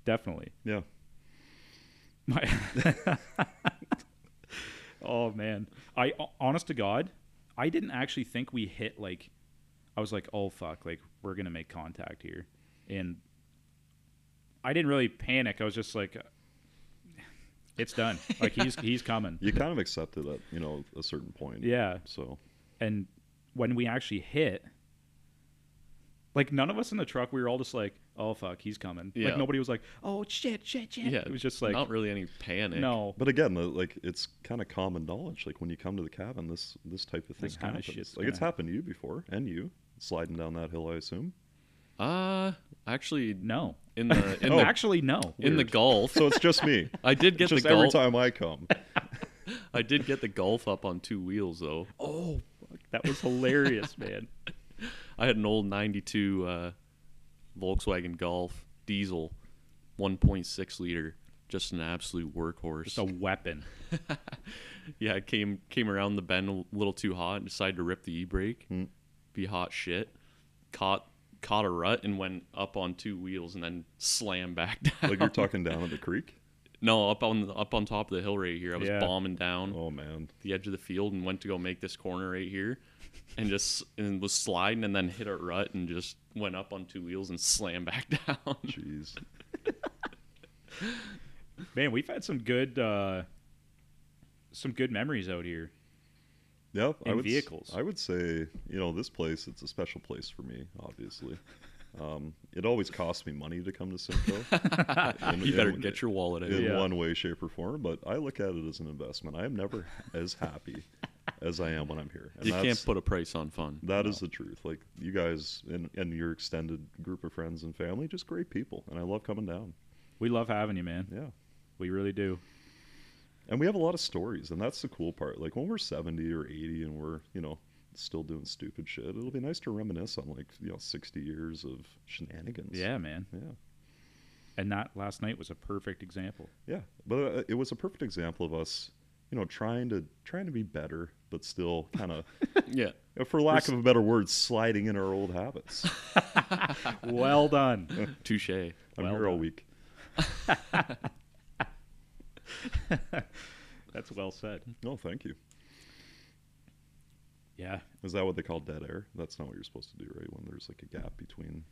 S2: definitely.
S3: yeah.
S2: My oh man, I honest to God, I didn't actually think we hit like. I was like, oh fuck, like we're gonna make contact here, and I didn't really panic. I was just like, "Uh, it's done. Like he's he's coming.
S3: You kind of accept it at, you know, a certain point.
S2: Yeah,
S3: So,
S2: and when we actually hit, like none of us in the truck, we were all just like, oh fuck, he's coming.
S4: Yeah.
S2: Like nobody was like, oh shit, shit, shit.
S4: Yeah,
S2: it was just like,
S4: not really any panic.
S2: no,
S3: but again, the- like it's kind of common knowledge. Like when you come to the cabin, this this type of thing
S2: This kinda
S3: happens.
S2: shit's
S3: like it's
S2: gonna-
S3: happened to you before, and you sliding down that hill, I assume.
S4: Uh, actually,
S2: no.
S4: in the in
S3: Oh.
S4: the
S2: actually, no.
S4: in the
S3: Weird.
S4: golf,
S3: So it's just me.
S4: I did
S3: It's
S4: get the
S3: just every
S4: golf.
S3: time I come.
S4: I did get the golf up on two wheels though.
S2: Oh, fuck, that was hilarious, man.
S4: I had an old '92 uh, Volkswagen Golf diesel, 1.6 liter, just an absolute workhorse.
S2: Just a weapon.
S4: yeah, I came came around the bend a little too hot and decided to rip the e brake.
S2: Mm.
S4: Be hot shit. Caught caught a rut and went up on two wheels and then slammed back down.
S3: Like you're talking down at the creek.
S4: no, up on up on top of the hill right here. I was
S2: Yeah.
S4: bombing down
S3: Oh man.
S4: the edge of the field and went to go make this corner right here, and just and was sliding and then hit a rut and just went up on two wheels and slammed back down.
S3: Jeez.
S2: Man, we've had some good uh, some good memories out here.
S3: Yeah, I
S2: And
S3: would, s-
S2: vehicles.
S3: I would say, you know, this place, it's a special place for me, obviously. Um, it always costs me money to come to Simcoe. in,
S4: you better
S3: in-
S4: get your wallet out.
S3: in
S2: Yeah.
S3: one way, shape, or form, but I look at it as an investment. I am never as happy as I am when I'm here. And
S4: You can't
S3: that's-
S4: put a price on fun.
S3: That is the truth. Like you guys and, and your extended group of friends and family, just great people, and I love coming down.
S2: We love having you, man.
S3: Yeah,
S2: We really do.
S3: and we have a lot of stories, and that's the cool part. Like when we're seventy or eighty, and we're you know still doing stupid shit, it'll be nice to reminisce on like you know sixty years of shenanigans.
S2: Yeah, man.
S3: yeah,
S2: And that last night was a perfect example.
S3: yeah. But uh, it was a perfect example of us, you know, trying to trying to be better, but still kind of,
S4: Yeah.
S3: for lack of a better word, sliding in our old habits.
S2: Well done.
S4: Touche.
S3: I'm
S2: Well
S3: here all
S2: done.
S3: week.
S2: That's well said.
S3: No, thank you.
S2: Yeah.
S3: Is that what they call dead air? That's not what you're supposed to do, right? When there's like a gap between.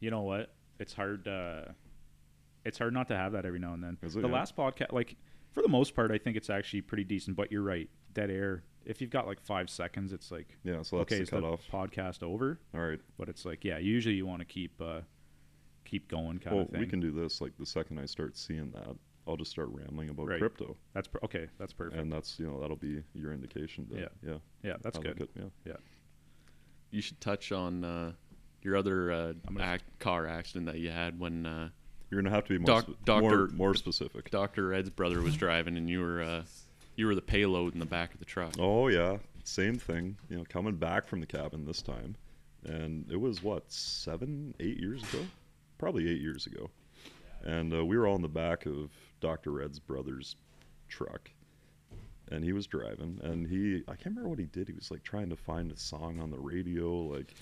S2: You know what? It's hard uh it's hard not to have that every now and then.
S3: Is it?
S2: the
S3: Yeah.
S2: last podcast like for the most part I think it's actually pretty decent, but you're right. Dead air. If you've got like 5 seconds, it's like
S3: Yeah, so that's
S2: okay,
S3: the
S2: is the
S3: cutoff.
S2: podcast over?
S3: All right.
S2: But it's like, yeah, usually you want to keep uh keep going kind
S3: Well,
S2: of thing.
S3: we can do this. Like the second I start seeing that, I'll just start rambling about
S2: Right.
S3: crypto,
S2: That's per- okay, that's perfect.
S3: and that's you know that'll be your indication. That,
S2: Yeah.
S3: yeah,
S2: yeah, that's
S3: I like
S2: good.
S3: it, yeah,
S2: Yeah.
S4: You should touch on uh, your other uh,
S2: gonna-
S4: ac car accident that you had when uh,
S3: you're gonna have to be more,
S4: Doc-
S3: spe- more,
S4: Doctor-
S3: more specific.
S4: Doctor Ed's brother was driving and you were uh, you were the payload in the back of the truck.
S3: Oh yeah, same thing. You know, coming back from the cabin this time, and it was what seven, eight years ago, probably eight years ago, and uh, we were all in the back of Doctor Red's brother's truck, and he was driving, and he I can't remember what he did. He was like trying to find a song on the radio, like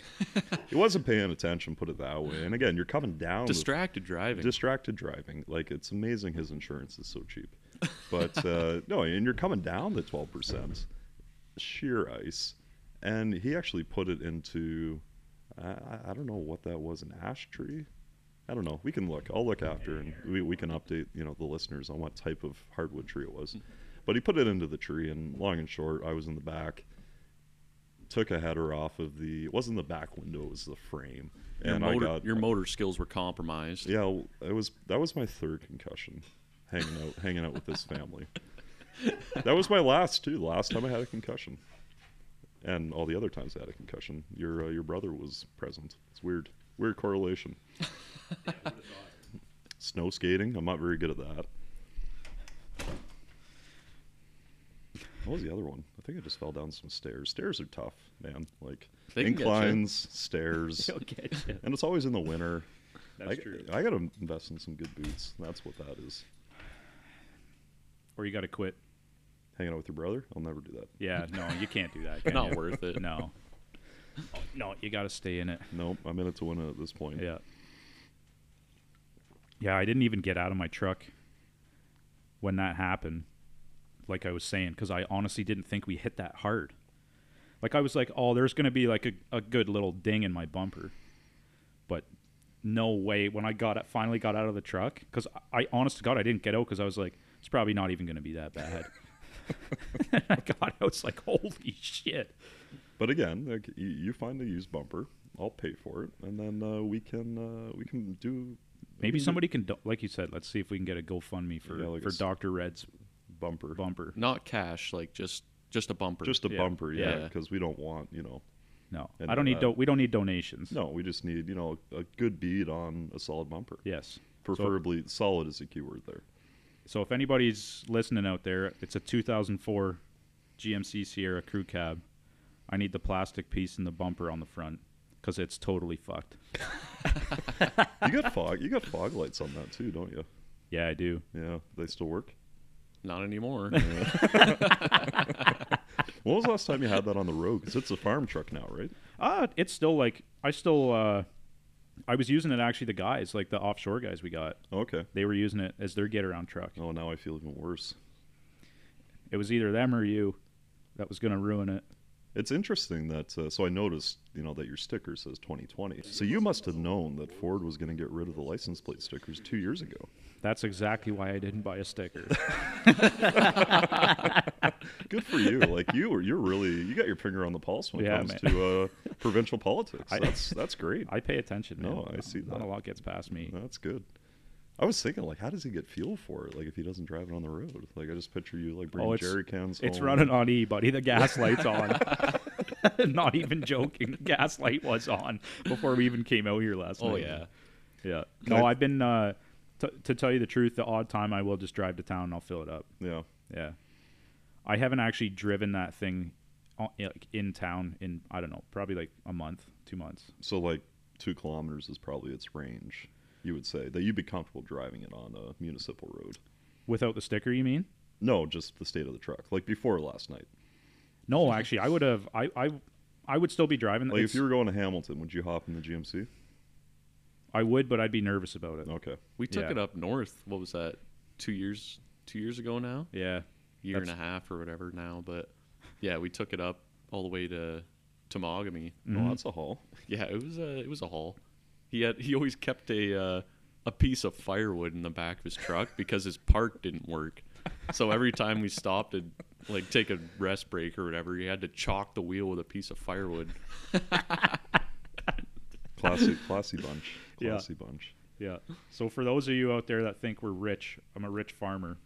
S3: he wasn't paying attention, put it that way. And again, you're coming down the
S4: Distracted driving.
S3: distracted driving. Like it's amazing his insurance is so cheap. But uh, no, and you're coming down the twelve percent sheer ice, and he actually put it into I, I- I don't know what that was an ash tree. I don't know. We can look. I'll look after, and we, we can update you know the listeners on what type of hardwood tree it was.
S4: Hmm.
S3: But he put it into the tree, and long and short, I was in the back. Took a header off of the. It wasn't the back window. It was the frame.
S4: your
S3: and
S4: motor
S3: I got
S4: your motor skills were compromised.
S3: oh yeah, w- it was that was my third concussion, hanging out hanging out with this family. That was my last too. Last time I had a concussion, and all the other times I had a concussion, your uh, your brother was present. It's weird, weird correlation. Snow skating. I'm not very good at that. What was the other one? I think I just fell down some stairs. Stairs are tough, man. Like
S4: They can get you.
S3: inclines, stairs,
S2: Okay.
S3: and it's always in the winter.
S2: That's
S3: I,
S2: true.
S3: I gotta invest in some good boots. That's what that is.
S2: Or you got to quit.
S3: Hanging out with your brother, I'll never do that.
S2: Yeah, no, you can't do that. can
S4: Not
S2: you?
S4: worth it.
S2: No. No, you got to stay in it.
S3: Nope, I'm in it to win it at this point.
S2: Yeah. Yeah, I didn't even get out of my truck when that happened. Like I was saying, because I honestly didn't think we hit that hard. Like I was like, oh, there's going to be like a, a good little ding in my bumper. But no way. When I got it, finally got out of the truck, because I, I honest to God, I didn't get out because I was like, it's probably not even going to be that bad. I got out. It's like, holy shit.
S3: But again, like, you, you find a used bumper, I'll pay for it, and then uh, we can uh, we can do
S2: Maybe somebody can, do- like you said, let's see if we can get a GoFundMe for,
S3: Mm-hmm. Yeah, like
S2: for
S3: a s-
S2: Dr. Red's
S3: bumper,
S2: bumper.
S4: Not cash, like just just a bumper.
S3: just a
S2: Yeah.
S3: bumper, yeah,
S4: Yeah.
S3: because we don't want you know,
S2: No,
S3: And,
S2: I don't need.
S3: uh,
S2: Do- we don't need donations.
S3: no, we just need you know a good bead on a solid bumper,
S2: Yes. So,
S3: preferably solid is the keyword there.
S2: so if anybody's listening out there, it's a 2004 GMC Sierra crew cab. I need the plastic piece in the bumper on the front because it's totally fucked.
S3: You got fog, you got fog lights on that too, don't you?
S2: Yeah, I do.
S3: Yeah, they still work.
S4: Not anymore.
S3: When was the last time you had that on the road? Because it's a farm truck now, right?
S2: Uh, it's still like I still. Uh, I was using it actually. The guys, like the offshore guys we got,
S3: Okay.
S2: they were using it as their get around truck.
S3: Oh, now I feel even worse.
S2: It was either them or you that was going to ruin it.
S3: It's interesting that uh, so I noticed you know that your sticker says 2020. So you must have known that Ford was going to get rid of the license plate stickers two years ago.
S2: That's exactly why I didn't buy a sticker.
S3: Good for you. Like you were, you're really you got your finger on the pulse when
S2: Yeah,
S3: it comes
S2: man.
S3: to uh, provincial politics.
S2: I-
S3: that's that's great.
S2: I pay attention. Man.
S3: No, Oh, I see
S2: Not
S3: that.
S2: a lot gets past me.
S3: That's good. I was thinking, like, how does he get fuel for it? Like, if he doesn't drive it on the road, like, I just picture you like bringing
S2: Oh, it's-
S3: jerry cans.
S2: It's
S3: home.
S2: running on E, buddy. The gas light's on. Not even joking. The gas light was on before we even came out here last
S4: Oh
S2: night.
S4: yeah.
S2: yeah.
S3: Can
S2: No,
S3: I-
S2: I've been. Uh, t- to tell you the truth, the odd time I will just drive to town and I'll fill it up.
S3: Yeah,
S2: Yeah, I haven't actually driven that thing on, like in town in I don't know, probably like a month, two months.
S3: so like two kilometers is probably its range. You would say that you'd be comfortable driving it on a municipal road.
S2: Without the sticker, you mean?
S3: No, just the state of the truck. Like before last night.
S2: No, actually, I would have. I I I would still be driving.
S3: Like
S2: It's-
S3: if you were going to Hamilton, would you hop in the GMC?
S2: I would, but I'd be nervous about it.
S3: Okay.
S4: We took
S2: Yeah.
S4: it up north. What was that? Two years, two years ago now,
S2: Yeah,
S4: year
S2: That's-
S4: and a half or whatever now. But yeah, we took it up all the way to Tamagami.
S2: Mm. Mm-hmm.
S3: Well, Oh, that's a haul.
S4: Yeah, it was a it was a haul. He had he always kept a uh, a piece of firewood in the back of his truck because his park didn't work. So every time we stopped and like take a rest break or whatever, he had to chalk the wheel with a piece of firewood.
S3: Classy, classy bunch.
S2: Yeah.
S3: Classy bunch.
S2: yeah. So for those of you out there that think we're rich, I'm a rich farmer.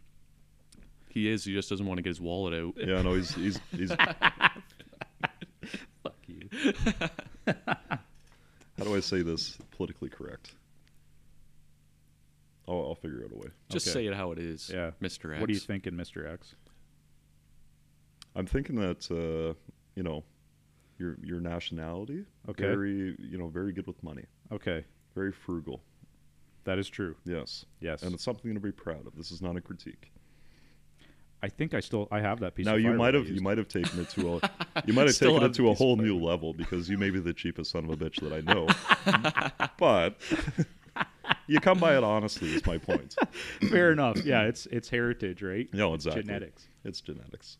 S4: He is. He just doesn't want to get his wallet out.
S3: Yeah, no, he's he's he's.
S2: Fuck you.
S3: How do I say this politically correct? Oh, I'll figure out a way.
S4: Just
S2: Okay.
S4: say it how it is.
S2: Yeah.
S4: Mr. X.
S2: What are you thinking, Mister X?
S3: I'm thinking that uh, you know, your your nationality,
S2: Okay.
S3: very you know, very good with money,
S2: Okay,
S3: very frugal.
S2: that is true.
S3: Yes,
S2: Yes,
S3: and it's something to be proud of. This is not a critique.
S2: I think I still I have that piece.
S3: now
S2: of
S3: you
S2: firewood
S3: might
S2: I
S3: have you
S2: used.
S3: might have taken it to a you might have
S4: Still
S3: taken
S4: have
S3: it to
S4: the
S3: a
S4: piece of
S3: whole new level because you may be the cheapest son of a bitch that I know, but you come by it honestly. Is my point.
S2: Fair enough. Yeah, it's it's heritage, right?
S3: No, exactly.
S2: Genetics.
S3: It's genetics.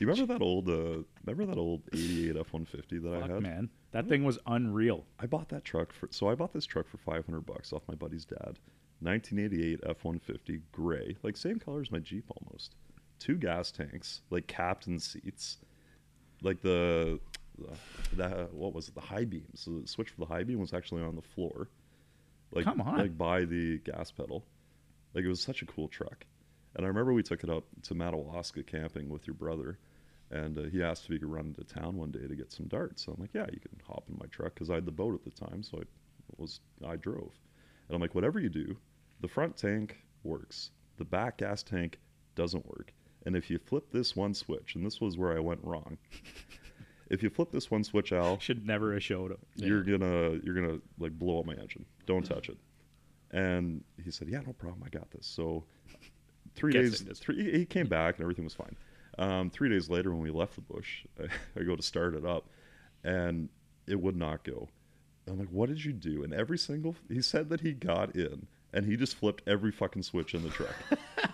S3: You remember that old uh, remember that old '88 F-150 that I
S2: Fuck,
S3: had?
S2: man, that thing was unreal.
S3: I bought that truck for so I bought this truck for 500 bucks off my buddy's dad. 1988 F150 gray, like same color as my Jeep almost. Two gas tanks, like captain seats. Like the the, the what was it? The high beam. So the switch for the high beam was actually on the floor. Like
S2: Come on.
S3: like by the gas pedal. Like it was such a cool truck. And I remember we took it up to Madawaska camping with your brother, and uh, he asked if he could run into town one day to get some darts. So I'm like, yeah, you can hop in my truck because I had the boat at the time, so I was I drove. And I'm like, whatever you do, the front tank works, the back gas tank doesn't work. And if you flip this one switch, and this was where I went wrong, if you flip this one switch, Al,
S2: Should never have showed up.
S4: Yeah.
S3: you're gonna you're gonna like blow up my engine. Don't touch it. And he said, Yeah, no problem. I got this. So three
S2: Guessing
S3: days
S2: this. Hmm.
S3: three he came back and everything was fine. Um, three days later when we left the bush, I, go to start it up and it would not go. I'm like, what did you do? And every single he said that he got in and he just flipped every fucking switch in the truck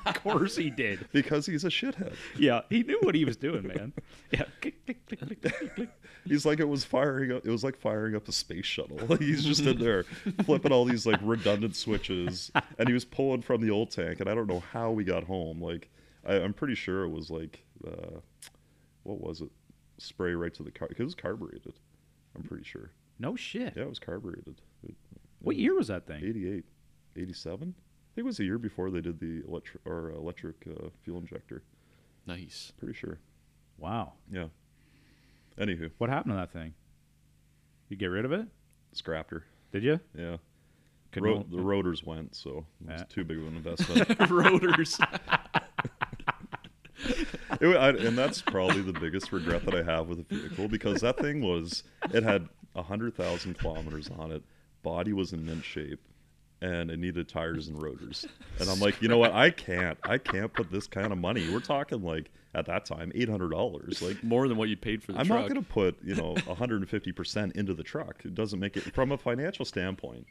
S2: Of course he did.
S3: because he's a shithead.
S2: Yeah, he knew what he was doing, man. Yeah, click, click, click, click, click, click.
S3: He's like it was firing up. It was like firing up a space shuttle. He's just in there flipping all these like redundant switches, and he was pulling from the old tank. And I don't know how we got home. Like I, I'm pretty sure it was like uh, what was it? Spray right to the car because it was carbureted. I'm pretty sure.
S2: No shit.
S3: Yeah, it was carbureted. It-
S2: What year was that thing?
S3: 88, 87. I think it was a year before they did the electric or electric uh, fuel injector.
S4: Nice.
S3: Pretty sure.
S2: Wow.
S3: Yeah. Anywho,
S2: What happened to that thing? You get rid of it?
S3: scrapped her.
S2: Did you?
S3: Yeah.
S2: Could
S3: Ro-
S2: no-
S3: the rotors went, so it was
S2: Yeah.
S3: too big of an investment.
S4: Rotors.
S3: It wa- I- and that's probably the biggest regret that I have with the vehicle because that thing was it had hundred thousand kilometers on it, body was in mint shape, and it needed tires and rotors. And I'm like, you know what? I can't, I can't put this kind of money. We're talking like at that time eight hundred dollars. Like
S4: More than what you paid for the
S3: I'm
S4: truck.
S3: not going to put you know 150 percent into the truck. It doesn't make it from a financial standpoint.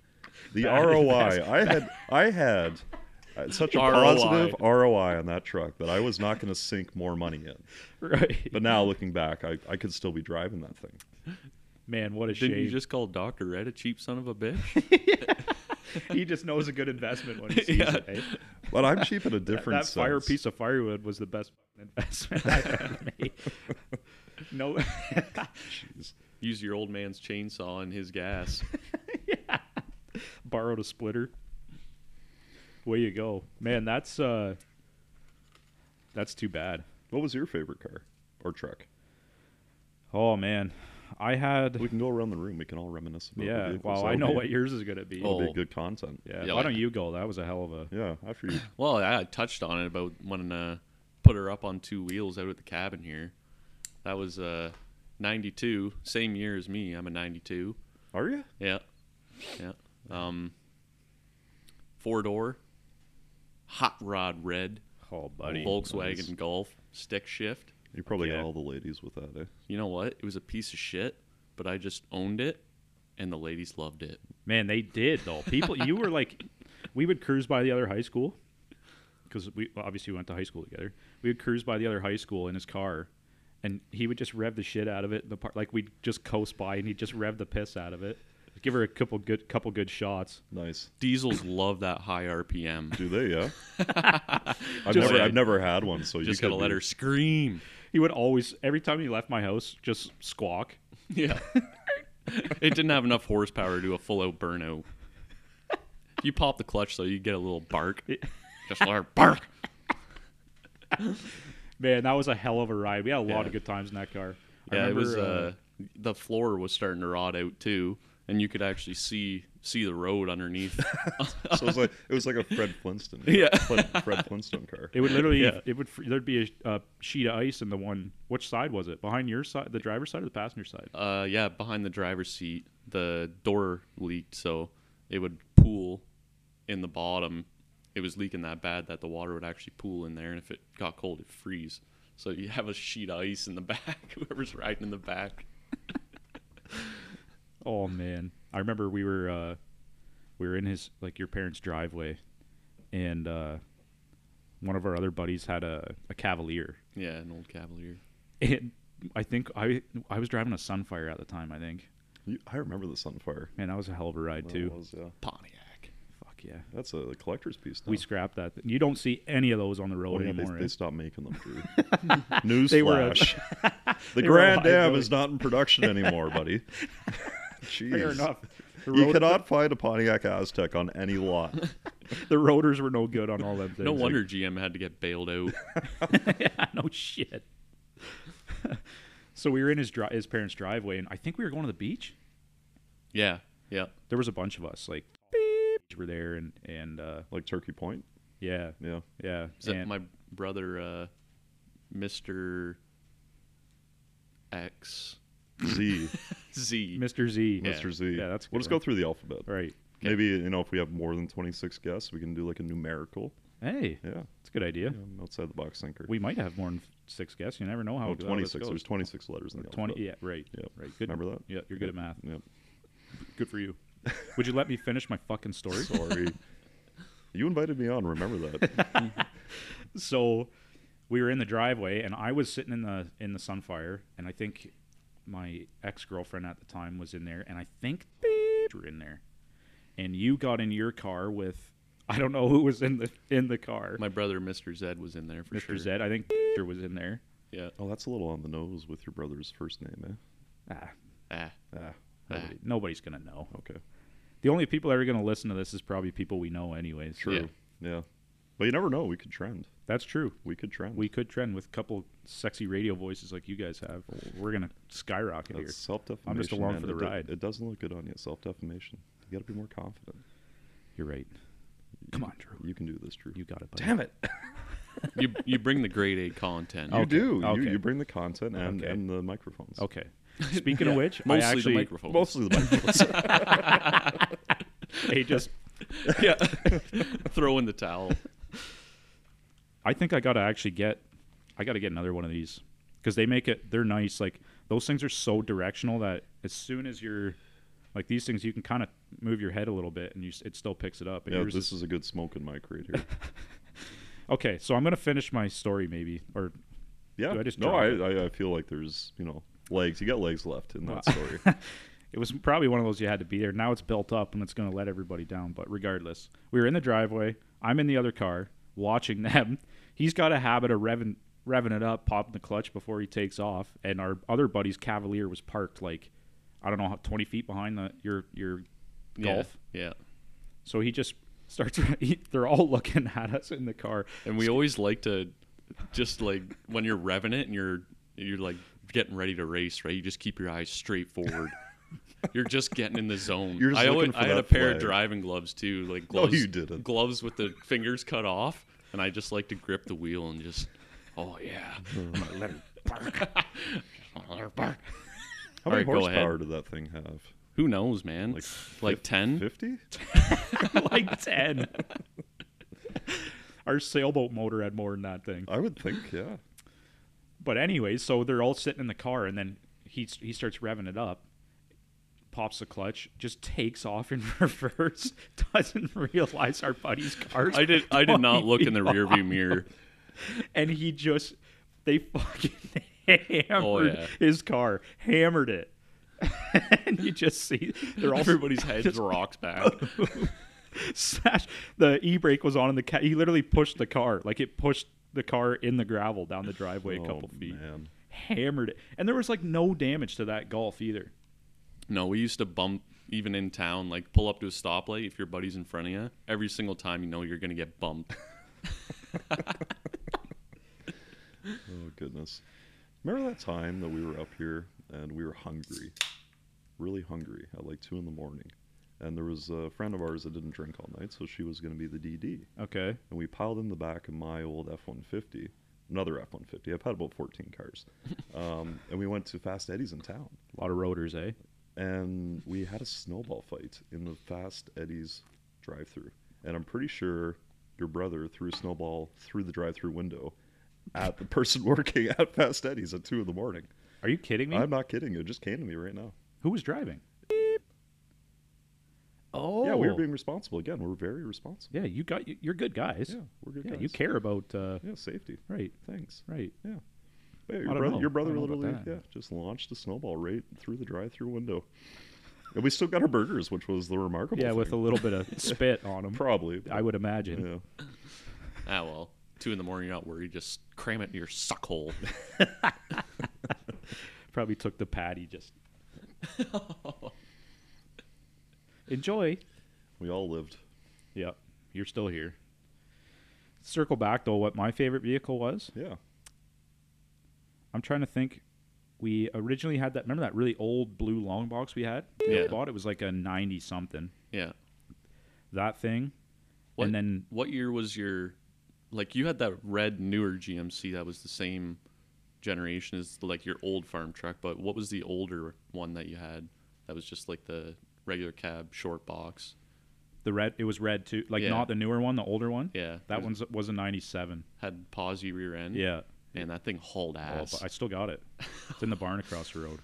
S3: The
S2: That is-
S3: ROI I had I had It's such a
S4: ROI.
S3: positive ROI on that truck that I was not going to sink more money in.
S2: right.
S3: But now looking back, I, I could still be driving that thing.
S2: Man, what a
S4: Didn't
S2: shame.
S4: you just call Doctor Red a cheap son of a bitch?
S2: he just knows a good investment when he sees
S4: Yeah.
S2: it. eh?
S3: But I'm cheap at a different
S2: That fire
S3: sense.
S2: piece of firewood was the best investment I've ever made. No,
S4: Use your old man's chainsaw and his gas.
S2: borrowed a splitter. Way you go, man. That's uh, that's too bad.
S3: What was your favorite car or truck?
S2: Oh man, I had
S3: We can go around the room. We can all reminisce about.
S2: yeah.
S3: The
S2: Wow, I know what yours is gonna be.
S4: Oh.
S3: will be good content.
S2: Yeah,
S4: Yeah,
S2: why
S4: like-
S2: don't you go? That was a hell of a
S3: Yeah, after you.
S4: Well, I touched on it about when uh, put her up on two wheels out at the cabin here. That was uh, 92, same year as me. I'm a 92.
S3: Are you?
S4: Yeah. Yeah. Um, four door, hot rod red,
S2: oh buddy.
S4: Volkswagen
S3: nice.
S4: Golf, stick shift.
S3: You probably
S2: Okay.
S3: got all the ladies with that, eh?
S4: You know what? It was a piece of shit, but I just owned it and the ladies loved it.
S2: Man, they did though. People, you were like, we would cruise by the other high school because we obviously went to high school together. We would cruise by the other high school in his car, and he would just rev the shit out of it. The part like we'd just coast by, and he'd just rev the piss out of it. Give her a couple good couple good shots.
S3: Nice.
S4: Diesels love that high RPM.
S3: Do they? Yeah. I've
S2: Just
S3: never,
S4: like-
S3: I've never had one, so you
S4: Just gotta
S3: could
S4: let
S3: be-
S4: her scream.
S2: He would always every time he left my house just squawk.
S4: Yeah. it didn't have enough horsepower to do a full out burnout. You pop the clutch though, you get a little bark. Just let her bark.
S2: Man, that was a hell of a ride. We had a lot
S4: Yeah.
S2: of good times in that car. I
S4: Yeah,
S2: remember,
S4: it was. Uh, the floor was starting to rot out too, and you could actually see see the road underneath.
S3: So it was like it was like a Fred Flintstone.
S4: Yeah.
S3: Fred, Fred Flintstone car.
S2: It would literally,
S4: Yeah.
S2: it would. There'd be a, a sheet of ice in the one. Which side was it? Behind your side, the driver's side or the passenger side?
S4: uh, yeah, behind the driver's seat, the door leaked, so it would pool in the bottom. It was leaking that bad that the water would actually pool in there, and if it got cold, it'd freeze. So you have a sheet of ice in the back. Whoever's riding in the back.
S2: Oh man, I remember we were uh, we were in his like your parents' driveway, and uh, one of our other buddies had a, a Cavalier,
S4: Yeah, an old Cavalier.
S2: and I think I I was driving a Sunfire at the time. I think
S3: You- I remember the Sunfire.
S2: man, that was a hell of a ride
S3: That
S2: too.
S3: was, yeah.
S4: Pontiac.
S2: Fuck yeah,
S3: That's a collector's piece. Now.
S2: we scrapped that. You don't see any of those on the road
S3: Oh, yeah, they,
S2: anymore. eh?
S3: they stopped making them, Drew. Newsflash.
S2: They were a- they
S3: the
S2: were a
S3: Grand Am
S2: liability.
S3: is not in production anymore, buddy. Jeez.
S2: Fair enough. The,
S3: You
S2: road,
S3: cannot find a Pontiac Aztec on any lot.
S2: the rotors were no good on all them things.
S4: No wonder GM had to get bailed out.
S2: no shit. so we were in his dri- his parents' driveway, and I think we were going to the beach.
S4: yeah, yeah.
S2: There was a bunch of us, like were there, and and uh,
S3: Like Turkey Point.
S2: yeah,
S3: Yeah.
S2: yeah.
S4: Is that
S2: and-
S4: my brother, uh, Mr. X
S3: Z.
S4: Z?
S2: Mr. Z,
S4: Yeah.
S3: Mr. Z.
S2: Yeah, that's a good
S3: We'll just go
S2: one.
S3: through the alphabet.
S2: right.
S3: Maybe, you know, if we have more than 26 guests, we can do like a numerical.
S2: Hey,
S3: Yeah.
S2: that's a good idea.
S3: yeah outside the box thinker.
S2: We might have more than six guests. You never know how
S3: oh,
S2: how this
S3: 26.
S2: goes.
S3: There's 26 letters in the
S2: Twenty.
S3: alphabet.
S2: Yeah, right.
S3: Yep.
S2: Right. Good.
S3: Remember that?
S2: Yeah, you're good at math.
S3: Yep.
S2: Good for you. Would you let me finish my fucking story?
S3: Sorry. you invited me on. Remember that.
S2: so we were in the driveway and I was sitting in the in the sunfire and I think my ex-girlfriend at the time was in there and I think were in there. And you got in your car with I don't know who was in the in the car.
S4: My brother, Mr. Zed, was in there for
S2: Mr.
S4: sure.
S2: Zed, I think was in there.
S4: Yeah.
S3: oh, that's a little on the nose with your brother's first name, eh?
S2: Ah,
S4: Ah.
S3: Ah,
S2: nobody, nobody's gonna know.
S3: okay.
S2: The only people that are gonna listen to this is probably people we know anyways.
S4: True. Yeah.
S3: Yeah. But you never know. We could trend.
S2: That's true.
S3: We could trend.
S2: We could trend with a couple sexy radio voices like you guys have. We're gonna skyrocket
S3: That's
S2: here.
S3: self defamation.
S2: I'm just along for the
S3: it, do-
S2: ride.
S3: It doesn't look good on you. Self defamation. You got to be more confident.
S2: You're right. Come on, Drew.
S3: You can do this, Drew.
S2: You got it, buddy.
S3: Damn it.
S4: You you bring the grade A content.
S3: You
S2: Okay.
S3: do. You,
S2: Okay.
S3: you bring the content and,
S2: Okay.
S3: and the microphones.
S2: Okay. Speaking of
S4: Yeah.
S2: which,
S4: mostly
S2: I actually
S4: the microphones.
S3: Mostly the microphones.
S2: I just
S4: yeah. Throw in the towel.
S2: I think I got to actually get I got to get another one of these cuz they make it they're nice like those things are so directional that as soon as you're Like these things, you can kind of move your head a little bit, and you s- it still picks it up. But
S3: yeah,
S2: yours
S3: this is a good smoking mic right here.
S2: okay. So I'm gonna finish my story, maybe, or
S3: Yeah,
S2: Do I just
S3: no,
S2: drop
S3: I,
S2: it?
S3: I I feel like there's you know legs. You got legs left in that
S2: Wow.
S3: story.
S2: It was probably one of those you had to be there. Now it's built up and it's going to let everybody down. But regardless, we were in the driveway. I'm in the other car watching them. He's got a habit of revving, revving it up, popping the clutch before he takes off. And our other buddy's Cavalier was parked like, I don't know, 20 feet behind the your your
S4: Yeah,
S2: golf.
S4: Yeah.
S2: So he just starts. he- they're all looking at us in the car.
S4: And we always like to just like when you're revving it and you're you're like getting ready to race, right? You just keep your eyes straight forward. you're just getting in the zone.
S3: You're just
S4: I
S3: looking
S4: always
S3: for
S4: I had
S3: that
S4: a pair
S3: flag.
S4: of driving gloves too, like
S3: No,
S4: gloves
S3: you didn't.
S4: gloves with the fingers cut off, and I just like to grip the wheel and just oh yeah. I'm gonna let her bark. I'm gonna let her bark.
S3: How
S4: All
S3: many
S4: right, go ahead.
S3: horsepower did that thing have?
S4: Who knows, man? Like like
S2: Hmm?
S4: ten?
S3: Fifty?
S2: like 10. our sailboat motor had more than that thing.
S3: I would think. Yeah.
S2: But anyway, so they're all sitting in the car, and then he he starts revving it up, pops the clutch, just takes off in reverse, doesn't realize our buddy's car.
S4: I did I did not look in the rearview mirror.
S2: and he just they fucking hammered
S4: Oh, yeah.
S2: his car, hammered it, and you just see they're all
S4: Everybody's heads rocks back.
S2: smash. The e brake was on, and the ca- he literally pushed the car like it pushed the car in the gravel down the driveway
S4: Oh,
S2: a couple feet.
S3: Oh, Man.
S2: hammered it. And there was like no damage to that golf either.
S4: No, we used to bump even in town, like pull up to a stoplight if your buddy's in front of you. Every single time you know you're gonna get bumped.
S3: Oh goodness. Remember that time that we were up here and we were hungry, really hungry at like two in the morning, and there was a friend of ours that didn't drink all night, so she was going to be the DD,
S2: Okay.
S3: and we piled in the back of my old F one fifty, another F one fifty. I've had about fourteen cars, um, and we went to Fast Eddie's in town.
S2: A lot of rotors, eh?
S3: and we had a snowball fight in the Fast Eddie's drive-through, and I'm pretty sure your brother threw a snowball through the drive-through window at the person working at Fast Eddie's at two in the morning.
S2: Are you kidding me?
S3: I'm not kidding; it just came to me right now.
S2: Who was driving? Oh.
S3: Yeah, we were being responsible again. We're very responsible.
S2: Yeah, you got you're good guys.
S3: Yeah, we're good
S2: Yeah,
S3: guys.
S2: you care about uh
S3: Yeah, safety.
S2: right,
S3: Thanks.
S2: right.
S3: Yeah. But yeah,
S2: I
S3: your,
S2: don't
S3: brother,
S2: know.
S3: your
S2: I
S3: brother
S2: don't know about
S3: literally, yeah,
S2: that.
S3: just launched a snowball right through the drive-through window, and we still got our burgers, which was the remarkable.
S2: Yeah, with a
S3: thing.
S2: little bit of spit on them.
S3: probably.
S2: I would imagine.
S3: Yeah.
S4: Ah well. Two in the morning, you're not worried. Just cram it in your suck hole.
S2: Probably took the patty just Enjoy.
S3: We all lived.
S2: Yep. You're still here. Circle back though what my favorite vehicle was.
S3: Yeah.
S2: I'm trying to think. We originally had that. Remember that really old blue long box we had? that we
S4: Yeah.
S2: Bought it was like a ninety something.
S4: Yeah.
S2: That thing.
S4: What-
S2: And then
S4: What year was your like you had that red newer GMC that was the same generation as like your old farm truck, but what was the older one that you had that was just like the regular cab short box?
S2: the red. It was red too. Like
S4: Yeah.
S2: not the newer one, the older one.
S4: Yeah.
S2: That
S4: it
S2: one's was a ninety seven.
S4: had posy rear
S3: Hmm.
S4: end.
S2: Yeah.
S4: And that thing hauled
S2: Oh,
S4: ass.
S2: but I still got it. It's in the barn across the road.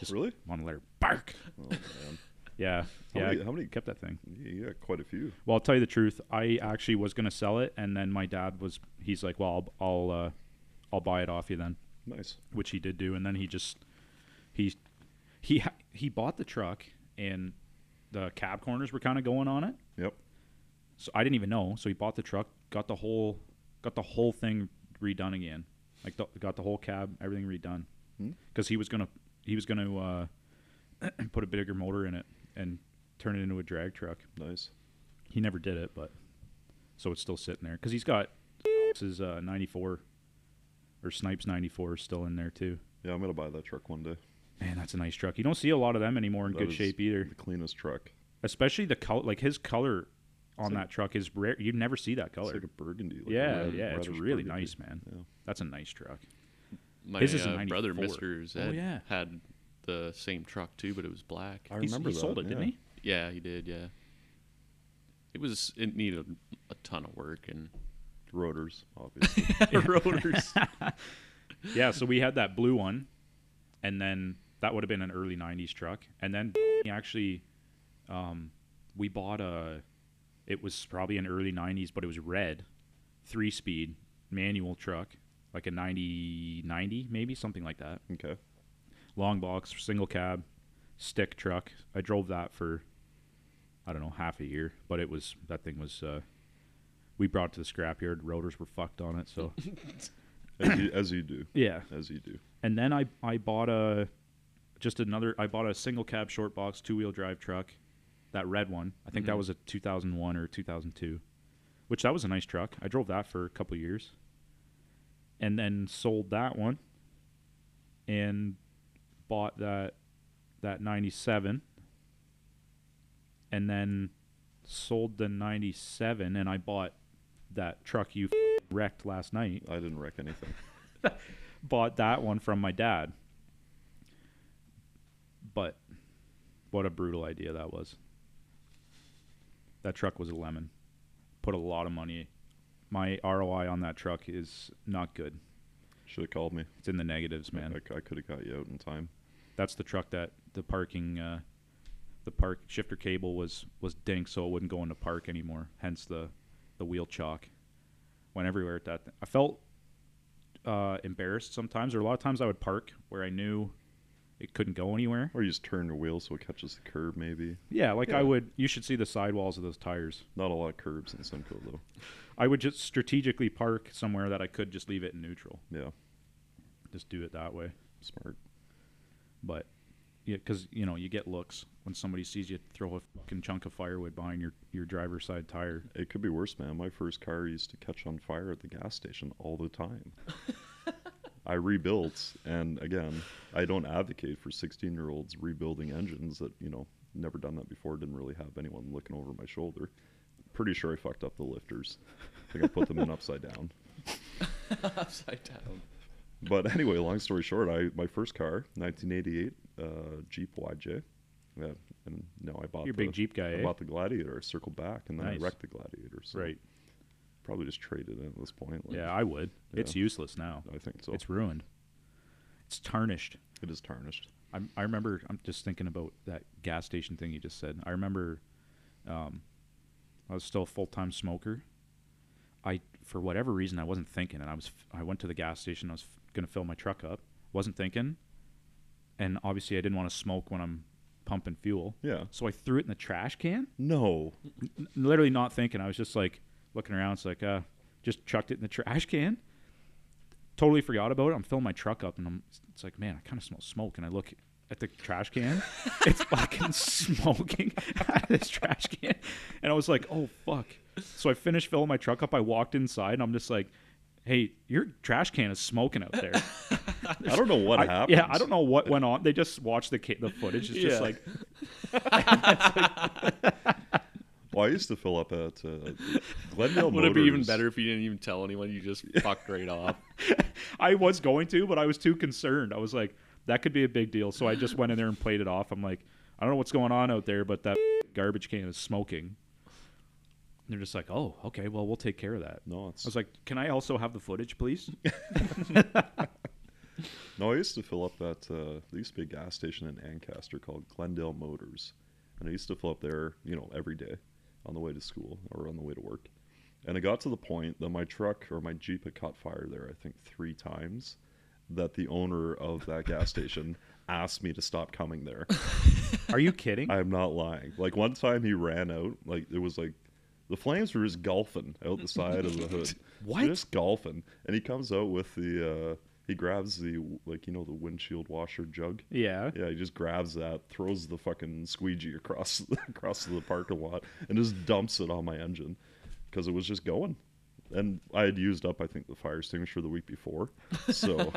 S2: Just-
S3: really?
S2: Want to let her bark?
S3: Oh man.
S2: Yeah.
S3: How
S2: yeah.
S3: many-
S2: I
S3: how many-
S2: kept that thing?
S3: Yeah, quite a few.
S2: Well, I'll tell you the truth. I actually was gonna sell it, and then my dad was. He's like, "Well, I'll, I'll, uh, I'll buy it off you then."
S3: Nice.
S2: which he did do, and then he just he he ha- he bought the truck, and the cab corners were kind of going on it.
S3: Yep.
S2: So I didn't even know. So he bought the truck, got the whole got the whole thing redone again, like the, got the whole cab, everything redone,
S3: Hmm.
S2: because he was gonna he was gonna uh, put a bigger motor in it and turn it into a drag truck.
S3: Nice.
S2: He never did it, but so it's still sitting there because he's got his uh, ninety four or Snipes ninety four still in there too.
S3: Yeah, I'm gonna buy that truck one day.
S2: Man, that's a nice truck. You don't see a lot of them anymore in
S3: That
S2: good
S3: is
S2: shape either.
S3: The cleanest truck.
S2: Especially the color, like his color on
S3: like-
S2: that truck is rare. You never see that color.
S3: It's like a burgundy. Like a
S2: yeah,
S3: red-
S2: yeah, it's
S3: reddish
S2: really
S3: burgundy.
S2: nice, man.
S3: Yeah.
S2: That's a nice truck.
S4: My
S2: His is a
S4: uh, brother,
S2: 94.
S4: Mr. Zed,
S2: yeah.
S4: had the same truck too, but it was black.
S3: I
S2: He's-
S3: remember
S2: he
S3: that,
S2: sold it, didn't
S3: yeah.
S2: he?
S4: Yeah, he did. Yeah, it was. It needed a ton of work and
S3: Rotors, obviously.
S4: rotors.
S2: Yeah. So we had that blue one, and then that would have been an early 90s truck. And then he actually, um, we bought a, it was probably an early 90s, but it was red, three speed manual truck, like a 90, 90, maybe something like that.
S3: Okay.
S2: Long box, single cab, stick truck. I drove that for, I don't know, half a year, but it was, that thing was, uh, we brought it to the scrapyard. Rotors were fucked on it. So,
S3: As you, as you do.
S2: yeah.
S3: As you do.
S2: and then I I bought a just another I bought a single cab short box two wheel drive truck, that red one. I think that
S4: Mhm.
S2: was a 2001 or 2002, which that was a nice truck. I drove that for a couple years, and then sold that one, and bought that that 97, and then sold the 97, and I bought that truck you wrecked last night
S3: I didn't wreck anything.
S2: bought that one from my dad. But what a brutal idea that was. That truck was a lemon. Put a lot of money. My ROI on that truck is not good.
S3: Should have called me.
S2: It's in the negatives, man.
S3: I, could have got you out in time.
S2: That's the truck that the parking uh the park shifter cable was was dink so it wouldn't go into park anymore. Hence the the wheel chalk went everywhere at that. Th- I felt uh, embarrassed sometimes, or a lot of times I would park where I knew it couldn't go anywhere.
S3: Or you just turn the wheel so it catches the curb, maybe.
S2: Yeah, like
S3: Yeah.
S2: I would. You should see the sidewalls of those tires.
S3: Not a lot of curbs in Simcoe, though.
S2: I would just strategically park somewhere that I could just leave it in neutral.
S3: Yeah.
S2: Just do it that way.
S3: Smart.
S2: But yeah, because you know you get looks when somebody sees you throw a fucking chunk of firewood behind your your driver's side tire.
S3: It could be worse, man. My first car used to catch on fire at the gas station all the time. I rebuilt, and again, I don't advocate for 16 year olds rebuilding engines that, you know, never done that before, didn't really have anyone looking over my shoulder. Pretty sure I fucked up the lifters. I think I put them in upside down.
S4: Upside down.
S3: But anyway, long story short, I my first car, 1988 uh, Jeep YJ. Yeah, and no, I bought
S2: You're a
S3: the,
S2: big Jeep guy,
S3: I
S2: eh?
S3: bought the Gladiator. I circled back, and then
S2: Nice.
S3: I wrecked the Gladiator. So
S2: Right.
S3: Probably just traded it at this point. like,
S2: Yeah, I would.
S3: Yeah.
S2: It's useless now.
S3: I think so.
S2: It's ruined. It's tarnished.
S3: It is tarnished.
S2: i I remember. I'm just thinking about that gas station thing you just said. I remember, um, I was still a full time smoker. I, for whatever reason, I wasn't thinking, and I was. f- I went to the gas station. I was f- gonna fill my truck up. Wasn't thinking, and obviously I didn't want to smoke when I'm pumping fuel.
S3: Yeah.
S2: So I threw it in the trash can.
S3: No.
S2: N- literally not thinking. I was just like looking around. It's like, uh, just chucked it in the trash can. Totally forgot about it. I'm filling my truck up, and I'm. It's like, man, I kind of smell smoke, and I look at the trash can. it's fucking smoking out of this trash can, and I was like, oh fuck. So I finished filling my truck up. I walked inside, and I'm just like, hey, your trash can is smoking out there.
S3: I don't know what
S2: I-
S3: happened.
S2: Yeah, I don't know what went on. They just watched the ca- the footage. It's
S4: Yeah.
S2: just like
S3: Well, I used to fill up at uh, Glendale
S4: Would it be even
S3: Motors.
S4: better if you didn't even tell anyone? You just fucked right off.
S2: I was going to, but I was too concerned. I was like, that could be a big deal. So I just went in there and played it off. I'm like, I don't know what's going on out there, but that garbage can is smoking. And they're just like, oh, okay, well, we'll take care of that.
S3: No,
S2: I
S3: it's
S2: was like, can I also have the footage, please?
S3: No, I used to fill up at uh, there used to be a gas station in Ancaster called Glendale Motors, and I used to fill up there, you know, every day on the way to school or on the way to work. And it got to the point that my truck or my Jeep had caught fire there, I think three times, that the owner of that gas station asked me to stop coming there.
S2: Are you kidding?
S3: I am not lying. Like one time he ran out, like it was like the flames were just golfing out the side of the hood.
S2: What?
S3: Just golfing. And he comes out with the uh he grabs the like you know the windshield washer jug.
S2: yeah.
S3: Yeah, he just grabs that, throws the fucking squeegee across across the parking lot and just dumps it on my engine because it was just going. And I had used up I think the fire extinguisher the week before. So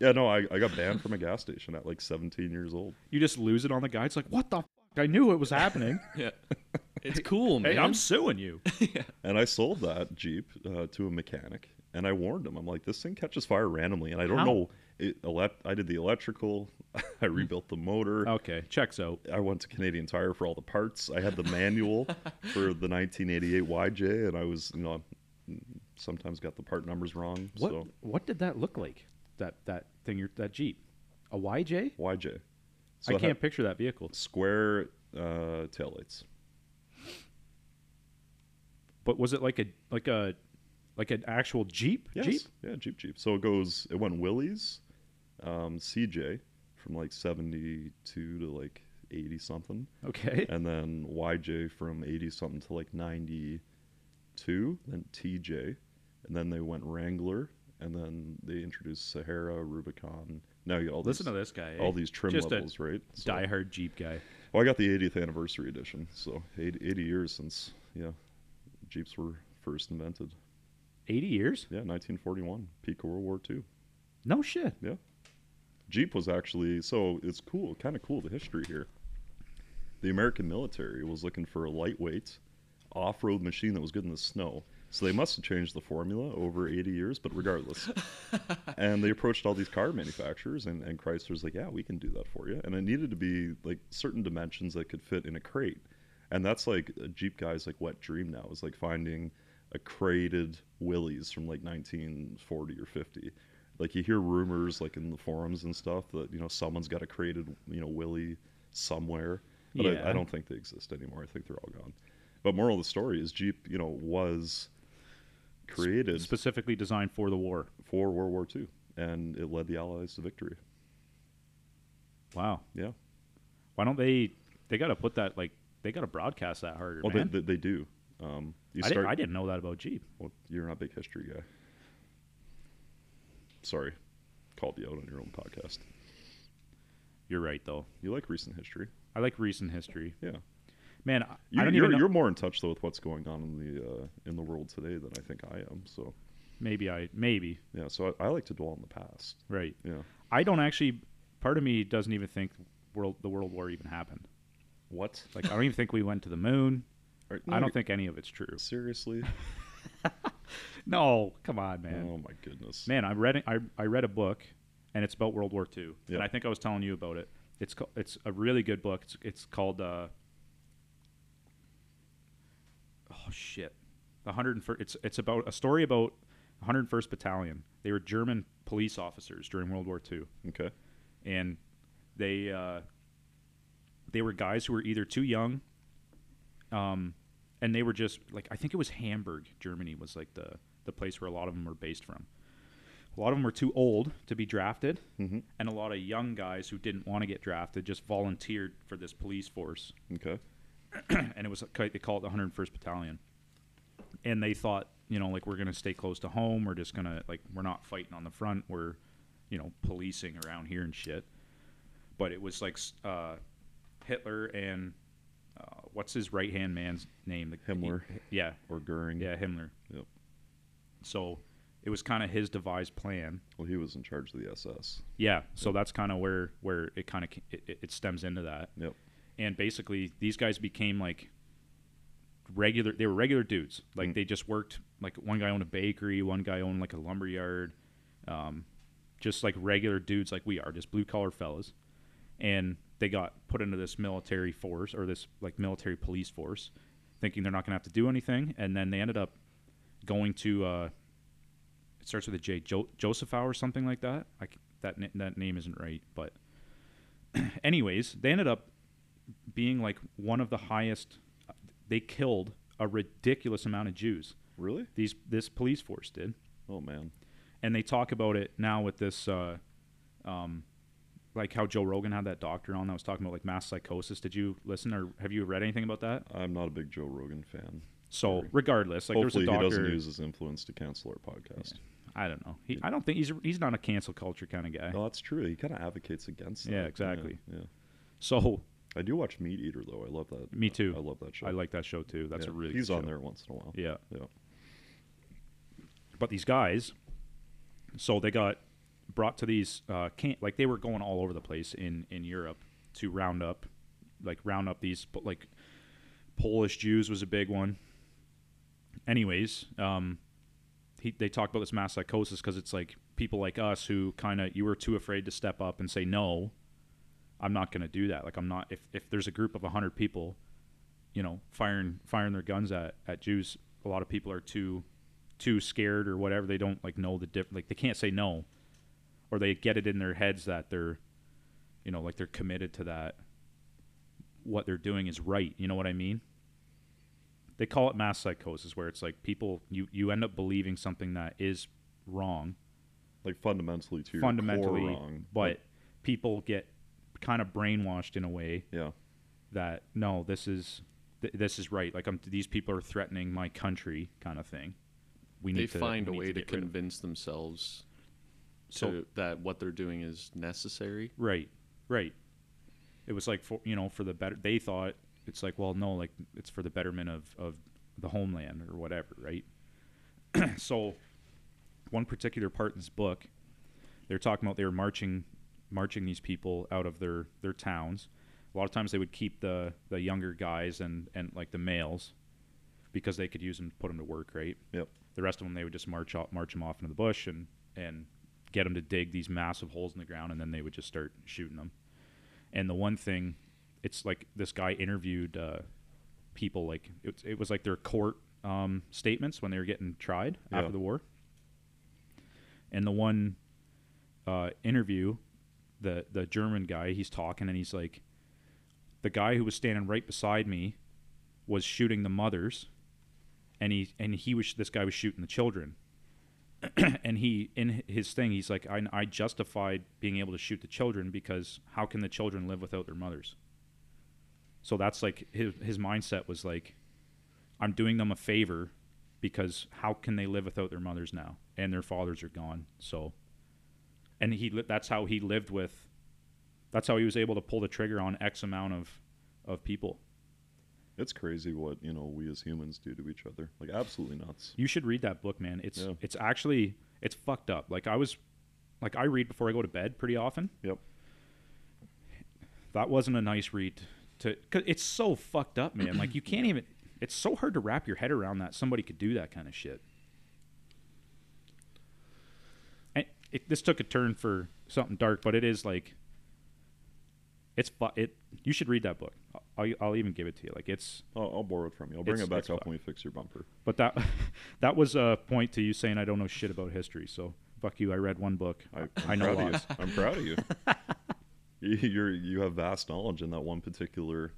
S3: Yeah, no, I, I got banned from a gas station at like 17 years old.
S2: You just lose it on the guy. It's like, what the fuck? I knew it was happening.
S4: Yeah. It's cool, man.
S2: hey, I'm suing you.
S3: And I sold that Jeep uh, to a mechanic, and I warned him. I'm like, this thing catches fire randomly, and I don't
S2: How? Hmm.
S3: know. It, elec I did the electrical, I rebuilt the motor.
S2: Okay, checks out.
S3: I went to Canadian Tire for all the parts. I had the manual for the 1988 YJ, and I was, you know, sometimes got the part numbers wrong.
S2: What
S3: So
S2: what did that look like? That that thing, your- that Jeep, a YJ?
S3: YJ, So
S2: I
S3: it had
S2: can't picture that vehicle.
S3: square uh, taillights.
S2: But was it like a like a like an actual Jeep?
S3: Yes.
S2: Jeep?
S3: Yeah, Jeep Jeep. So it goes it went Willie's, um, CJ from like seventy two to like eighty something.
S2: Okay.
S3: And then YJ from eighty something to like ninety two, then TJ, and then they went Wrangler, and then they introduced Sahara, Rubicon. Now you got all
S2: Listen
S3: these,
S2: to this guy. eh?
S3: all these trim
S2: Just a
S3: levels, right? So,
S2: diehard Jeep guy.
S3: well, I got the 80th anniversary edition, so eight- 80 years since yeah, Jeeps were first invented.
S2: Eighty years?
S3: Yeah, 1941, peak of World War II.
S2: No shit.
S3: Jeep was actually so it's cool, kind of cool the history here. The American military was looking for a lightweight off-road machine that was good in the snow. So they must have changed the formula over 80 years, but regardless. and they approached all these car manufacturers and, and Chrysler's like, "Yeah, we can do that for you." And it needed to be like certain dimensions that could fit in a crate. And that's like a Jeep guy's like wet dream now is like finding a crated Willys from like 1940 or 50 like you hear rumors like in the forums and stuff that you know someone's got a created you know Willie somewhere, but
S2: Yeah.
S3: I, I don't think they exist anymore. I think they're all gone. But moral of the story is Jeep, you know, was created
S2: Specifically designed for the war.
S3: for World War II, and it led the Allies to victory.
S2: Wow.
S3: Yeah,
S2: Why don't they? They got to put that like they got to broadcast that harder,
S3: well, they,
S2: man.
S3: they, they do. Um, you
S2: I,
S3: start.
S2: didn't, I didn't know that about Jeep.
S3: Well, you're not a big history guy. Sorry, called you out on your own podcast.
S2: You're right though.
S3: You like recent history,
S2: I like recent history.
S3: yeah.
S2: Man, I-
S3: You,
S2: I don't
S3: you're,
S2: even know.
S3: you're more in touch though with what's going on in the uh, in the world today than I think I am. So
S2: Maybe I maybe
S3: yeah, so I, I like to dwell on the past.
S2: right.
S3: Yeah,
S2: I don't actually. Part of me doesn't even think world the World War even happened.
S3: what?
S2: Like I don't even think we went to the moon. I don't think any of it's true.
S3: seriously.
S2: No, come on, man.
S3: Oh my goodness.
S2: Man, I read I, I read a book, and it's about World War II.
S3: Yeah.
S2: And I think I was telling you about it. It's ca- it's a really good book. It's it's called uh, oh shit, the hundred and first. It's it's about a story about 101st Battalion. They were German police officers during World War II,
S3: Okay.
S2: and they uh, they were guys who were either too young, um, and they were just like I think it was Hamburg, Germany was like the the place where a lot of them were based from. A lot of them were too old to be drafted,
S3: Mhm.
S2: and a lot of young guys who didn't want to get drafted just volunteered for this police force,
S3: Okay.
S2: and it was they call it the 101st Battalion, and they thought you know like we're gonna stay close to home, we're just gonna like we're not fighting on the front, we're you know policing around here and shit, but it was like s- uh, Hitler and uh, what's his right hand man's name? The-
S3: Himmler.
S2: yeah,
S3: Or Goering.
S2: yeah, Himmler.
S3: Yep.
S2: So it was kind of his devised plan.
S3: Well, he was in charge of the SS.
S2: Yeah. So that's kind of where where it kind of it, it stems into that.
S3: Yep.
S2: And basically, these guys became like regular. They were regular dudes. Like
S3: Mm.
S2: they just worked. Like one guy owned a bakery. One guy owned like a lumber yard. Um, just like regular dudes, like we are, just blue collar fellas. And they got put into this military force or this like military police force, thinking they're not going to have to do anything. And then they ended up going to uh, it starts with a J, jo- Josephow or something like that. I c that na- that name isn't right, but anyways, they ended up being like one of the highest. They killed a ridiculous amount of Jews.
S3: Really?
S2: These this police force did,
S3: Oh man.
S2: and they talk about it now with this, uh, um, like how Joe Rogan had that doctor on that was talking about like mass psychosis. Did you listen or have you read anything about that?
S3: I'm not a big Joe Rogan fan.
S2: So regardless, like
S3: Hopefully,
S2: there
S3: he
S2: was a
S3: doesn't
S2: doctor.
S3: use his influence to cancel our podcast.
S2: I don't know. He, I don't think he's he's not a cancel culture kind of guy.
S3: No, that's true. He kind of advocates against.
S2: Yeah,
S3: that.
S2: exactly.
S3: Yeah, yeah.
S2: So
S3: I do watch Meat Eater though. I love that.
S2: Me too.
S3: I love that show.
S2: I like that show too. That's
S3: Yeah.
S2: a really
S3: He's
S2: good
S3: on
S2: show.
S3: there once in a while.
S2: Yeah.
S3: Yeah.
S2: But these guys, so they got brought to these uh, camp, like they were going all over the place in in Europe to round up, like round up these but like Polish Jews was a big one. Anyways, um, he, they talk about this mass psychosis because it's like people like us who kind of you were too afraid to step up and say no. I'm not going to do that. Like I'm not. If if there's a group of hundred people, you know, firing firing their guns at at Jews, a lot of people are too too scared or whatever. They don't like know the diff. Like they can't say no, or they get it in their heads that they're you know, like they're committed to that. What they're doing is right. You know what I mean? They call it mass psychosis, where it's like people you you end up believing something that is wrong,
S3: Like fundamentally to your
S2: fundamentally,
S3: core wrong.
S2: but people get kind of brainwashed in a way
S3: yeah,
S2: that no, this is th- this is right. Like I'm, these people are threatening my country, kind of thing. We
S4: they
S2: need to
S4: find a
S2: we need
S4: way to,
S2: get rid of-
S4: convince themselves
S2: So-
S4: to, that what they're doing is necessary.
S2: Right, right. It was like for you know for the better. They thought it's like well no like it's for the betterment of of the homeland or whatever, right? so, one particular part in this book, they're talking about they were marching marching these people out of their their towns. A lot of times they would keep the the younger guys and and like the males because they could use them to put them to work, right?
S3: yep.
S2: The rest of them, they would just march off, march them off into the bush and and get them to dig these massive holes in the ground, and then they would just start shooting them. And the one thing, it's like this guy interviewed uh, people like it, it was like their court um, statements when they were getting tried
S3: Yeah.
S2: after the war. And the one uh, interview, the the German guy, he's talking and he's like, the guy who was standing right beside me was shooting the mothers, and he and he was this guy was shooting the children, and he in his thing he's like I, I justified being able to shoot the children because how can the children live without their mothers? So that's like his his mindset was like, I'm doing them a favor because how can they live without their mothers now and their fathers are gone so and he li- that's how he lived with that's how he was able to pull the trigger on x amount of of people
S3: It's crazy what you know we as humans do to each other. Like absolutely nuts.
S2: you should read that book man it's
S3: Yeah.
S2: it's actually it's fucked up like i was like i read before i go to bed pretty often
S3: Yep.
S2: that wasn't a nice read to cause it's so fucked up man like you can't even it's so hard to wrap your head around that somebody could do that kind of shit and it, this took a turn for something dark but it is like it's fu- it you should read that book I'll, I'll even give it to you like it's
S3: I'll, I'll borrow it from you. I'll bring
S2: It's-
S3: it back
S2: it's
S3: up
S2: fine.
S3: when we fix your bumper.
S2: but that that was a point to you saying i don't know shit about history so fuck you i read one book
S3: I, I'm
S2: I know
S3: proud of
S2: lots.
S3: you. I'm proud of you. You're you have vast knowledge in that one particular.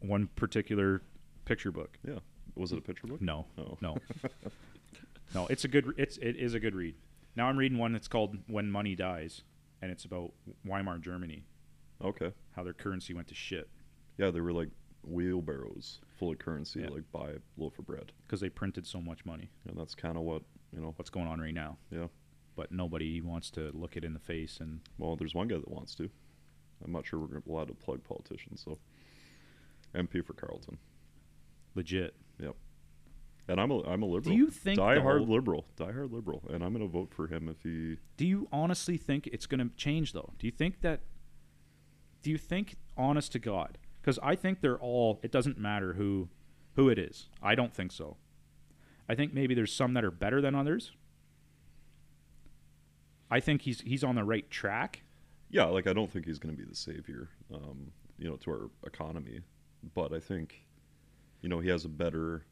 S2: one particular picture book
S3: Yeah, was it a picture book?
S2: No,
S3: Oh.
S2: no, no. It's a good. It's it is a good read. Now I'm reading one that's called "When Money Dies," and it's about Weimar Germany,
S3: Okay.
S2: how their currency went to shit
S3: Yeah, they were like wheelbarrows full of currency,
S2: Yeah.
S3: like buy a loaf of bread,
S2: because they printed so much money.
S3: and that's kind of what you know.
S2: What's going on right now?
S3: Yeah.
S2: But nobody wants to look it in the face. And
S3: Well, there's one guy that wants to. I'm not sure we're gonna- allowed to plug politicians, so MP for Carlton.
S2: legit,
S3: Yep. And I'm a I'm a liberal.
S2: you think,
S3: die hard
S2: though-
S3: liberal, die hard liberal, and I'm gonna vote for him if he.
S2: do you honestly think it's going to change though? Do you think that? Do you think, honest to God, because I think they're all. It doesn't matter who, who it is. I don't think so. I think maybe there's some that are better than others. I think he's he's on the right track.
S3: Yeah, like I don't think he's gonna be the savior, um, you know, to our economy, but I think, you know, he has a better,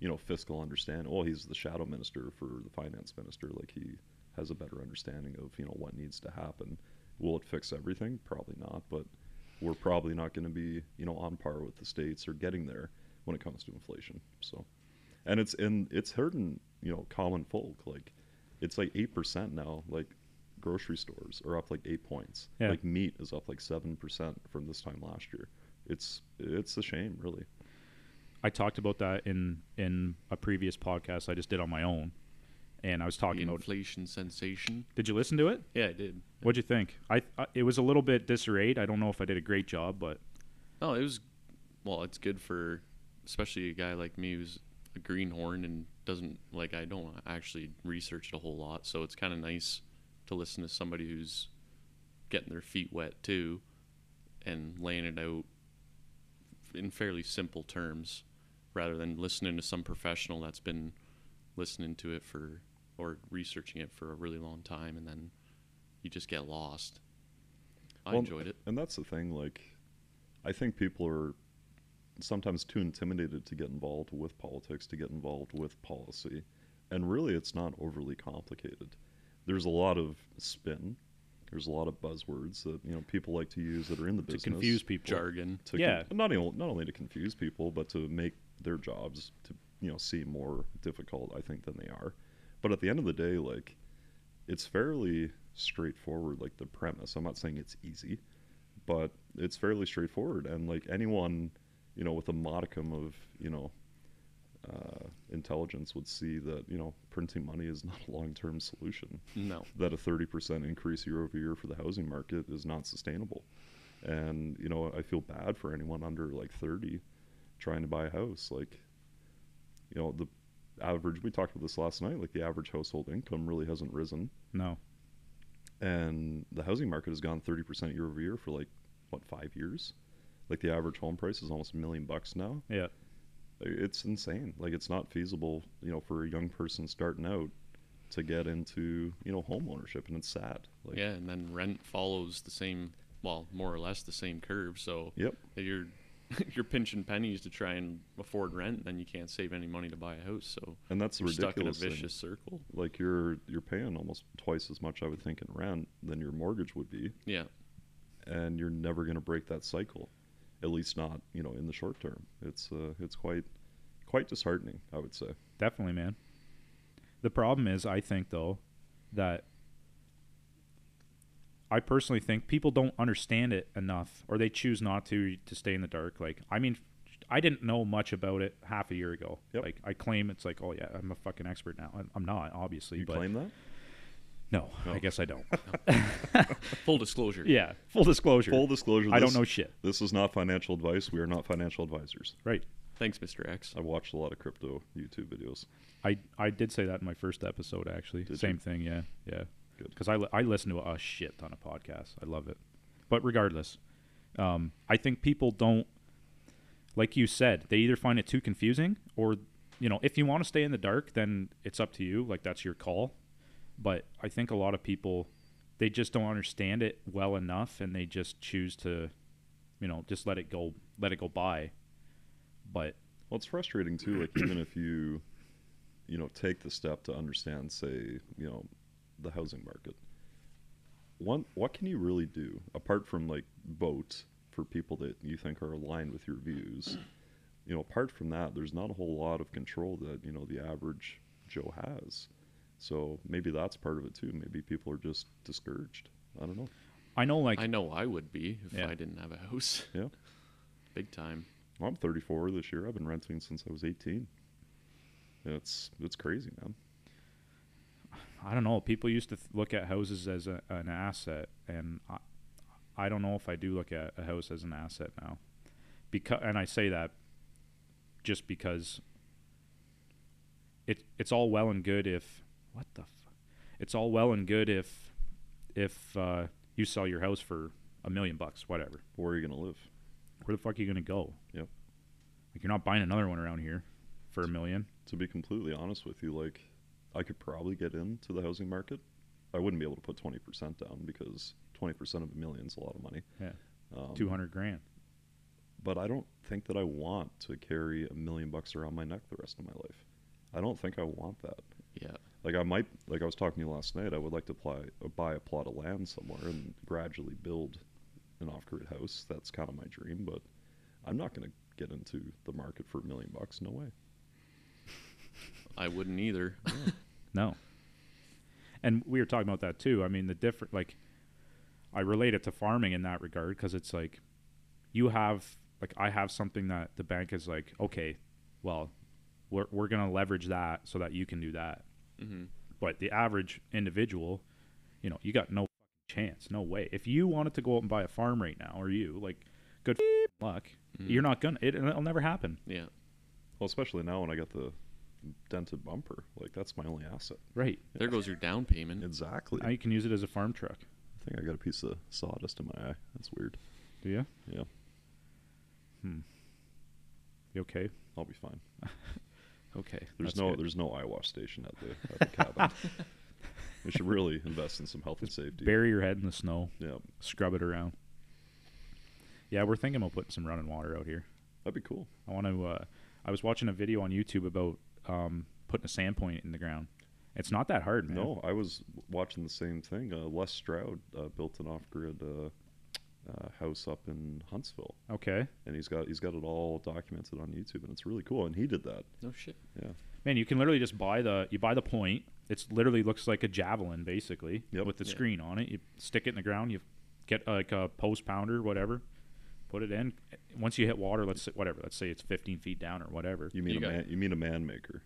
S3: you know, fiscal understanding. Well, he's the shadow minister for the finance minister. Like he has a better understanding of you know what needs to happen. Will it fix everything? Probably not, but we're probably not going to be you know on par with the states or getting there when it comes to inflation. So, and it's and it's hurting you know common folk like it's like eight percent now. Like grocery stores are up like eight points.
S2: Yeah.
S3: Like meat is up like seven percent from this time last year. It's it's a shame, really.
S2: I talked about that in in a previous podcast I just did on my own, and I was
S4: The
S2: talking about.
S4: inflation sensation.
S2: Did you listen to it?
S4: Yeah, I did.
S2: What'd you think? I, I it was a little bit disarrayed. I don't know if I did a great job, but
S4: No, it was. Well, it's good for especially a guy like me who's a greenhorn and doesn't like. I don't actually research it a whole lot, so it's kind of nice to listen to somebody who's getting their feet wet too, and laying it out in fairly simple terms, rather than listening to some professional that's been listening to it for or researching it for a really long time, and then you just get lost. I
S3: Well,
S4: enjoyed it.
S3: And that's the thing, like, I think people are sometimes too intimidated to get involved with politics, to get involved with policy. And really, it's not overly complicated. There's a lot of spin, there's a lot of buzzwords that you know people like to use that are in the
S2: to
S3: business
S2: confuse people.
S4: jargon.
S3: to
S2: Yeah.
S3: con- not only not only to confuse people, but to make their jobs to you know seem more difficult, I think, than they are. But at the end of the day, like it's fairly straightforward. Like the premise, I'm not saying it's easy, but it's fairly straightforward. And like anyone, you know, with a modicum of you know uh, intelligence would see that you know printing money is not a long-term solution
S4: No.
S3: that a 30% increase year over year for the housing market is not sustainable. And, you know, I feel bad for anyone under like 30 trying to buy a house. Like, you know, the average, we talked about this last night, like the average household income really hasn't risen.
S2: No.
S3: And the housing market has gone 30% year over year for like, what, five years? Like the average home price is almost a million bucks now.
S2: Yeah.
S3: Like, It's insane. Like it's not feasible, you know, for a young person starting out to get into, you know, home ownership. And it's sad. Like,
S4: yeah, and then rent follows the same, well, more or less the same curve. So
S3: Yep.
S4: if you're you're pinching pennies to try and afford rent, then you can't save any money to buy a house. So
S3: And that's the
S4: you're
S3: ridiculous
S4: stuck in a
S3: thing.
S4: vicious circle.
S3: Like you're you're paying almost twice as much, I would think, in rent than your mortgage would be,
S4: Yeah,
S3: and you're never going to break that cycle, at least not you know in the short term. It's uh, it's quite quite disheartening, I would say.
S2: Definitely, man. The problem is, I think though, that I personally think people don't understand it enough, or they choose not to to stay in the dark. Like, I mean, I didn't know much about it half a year ago.
S3: Yep.
S2: Like, I claim it's like, oh yeah, I'm a fucking expert now. I'm, I'm not, obviously,
S3: You
S2: but
S3: claim Oh. that?
S2: no,
S3: No.
S2: I guess I don't.
S4: full disclosure.
S2: yeah, full disclosure.
S3: Full disclosure:
S2: I don't
S3: this-
S2: know shit.
S3: This is not financial advice. We are not financial advisors.
S2: Right.
S4: Thanks, Mr. X.
S3: I've watched a lot of crypto YouTube videos.
S2: I I did say that in my first episode actually.
S3: Did
S2: Same
S3: you?
S2: thing, yeah, yeah.
S3: Good.
S2: Because I, li- I listen to a shit ton of podcasts. I love it, but regardless, um, I think people don't like you said. They either find it too confusing, or you know, if you want to stay in the dark, then it's up to you. Like that's your call. But I think a lot of people they just don't understand it well enough, and they just choose to, you know, just let it go, let it go by. But
S3: Well, it's frustrating too. Like even if you, you know, take the step to understand, say, you know, the housing market. One, what can you really do apart from like vote for people that you think are aligned with your views? You know, apart from that, there's not a whole lot of control that you know the average Joe has. So maybe that's part of it too. Maybe people are just discouraged. I don't know.
S2: I know, like,
S4: I know I would be if
S2: Yeah.
S4: I didn't have a house.
S3: Yeah.
S4: Big time.
S3: I'm 34 this year. I've been renting since I was 18. And it's it's crazy, man.
S2: I don't know. People used to th- look at houses as a, an asset, and I, I don't know if I do look at a house as an asset now. Because, and I say that just because it it's all well and good if what the fu- it's all well and good if if uh, you sell your house for a million bucks, whatever.
S3: Where are you gonna live?
S2: Where the fuck are you gonna go?
S3: Yep.
S2: Like you're not buying another one around here for a million.
S3: to be completely honest with you, like I could probably get into the housing market. I wouldn't be able to put twenty percent down because twenty percent of a million is a lot of money.
S2: Yeah.
S3: Um,
S2: Two hundred grand.
S3: But I don't think that I want to carry a million bucks around my neck the rest of my life. I don't think I want that.
S4: Yeah.
S3: Like I might, like I was talking to you last night. I would like to apply, uh, buy a plot of land somewhere and gradually build an off-grid house. That's kind of my dream. But I'm not going to get into the market for a million bucks. No way.
S4: I wouldn't either.
S2: No. And we were talking about that too. I mean, the different like I relate it to farming in that regard because it's like you have like I have something that the bank is like, okay, well, we're we're gonna leverage that so that you can do that.
S4: hmm
S2: But the average individual, you know, you got no fucking chance, no way. If you wanted to go out and buy a farm right now, or you like, good luck, you're not gonna. It, it'll never happen,
S4: Yeah.
S3: Well, especially now when I got the dented bumper, like that's my only asset.
S2: right?
S4: There goes your down payment.
S3: Exactly.
S2: Now
S3: I
S2: you can use it as a farm truck.
S3: think I got a piece of sawdust in my eye. That's weird.
S2: Do you?
S3: Yeah,
S2: You okay?
S3: I'll be fine.
S2: Okay.
S3: There's
S2: that's
S3: no
S2: good.
S3: there's no eye wash station at the, at the cabin. we should really invest in some health and safety.
S2: bury your head in the snow,
S3: yeah,
S2: scrub it around. Yeah, we're thinking about putting some running water out here.
S3: that'd be cool.
S2: I want to. Uh, I was watching a video on YouTube about um, putting a sand point in the ground, It's not that hard, man.
S3: No, I was watching the same thing. Uh, Les Stroud uh, built an off-grid uh, uh, house up in Huntsville,
S2: Okay.
S3: and he's got he's got it all documented on YouTube, and it's really cool. And he did that.
S4: No shit.
S3: Yeah,
S2: Man, you can literally just buy the you buy the point. It's literally looks like a javelin basically
S3: Yep.
S2: with the
S4: Yeah.
S2: screen on it. You stick it in the ground, you get uh, like a post pounder whatever. Put it in. Once you hit water, let's say, whatever. Let's say it's 15 feet down or whatever.
S3: you mean
S4: You
S3: a
S4: got-
S3: man, you mean a man maker.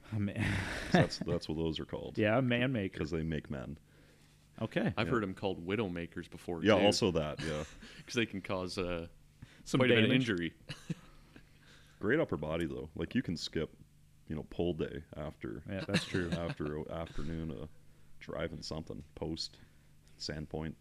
S3: That's that's what those are called.
S2: yeah, man maker.
S3: because they make men.
S2: Okay.
S4: I've
S3: Yeah.
S4: heard them called widowmakers before.
S3: Yeah, also that. Yeah,
S4: because they can cause uh,
S2: Some
S4: quite a bit of
S2: damage.
S4: injury.
S3: great upper body though. Like you can skip, you know, pull day after
S2: Yeah, that's true.
S3: after a afternoon of driving something post sandpoint.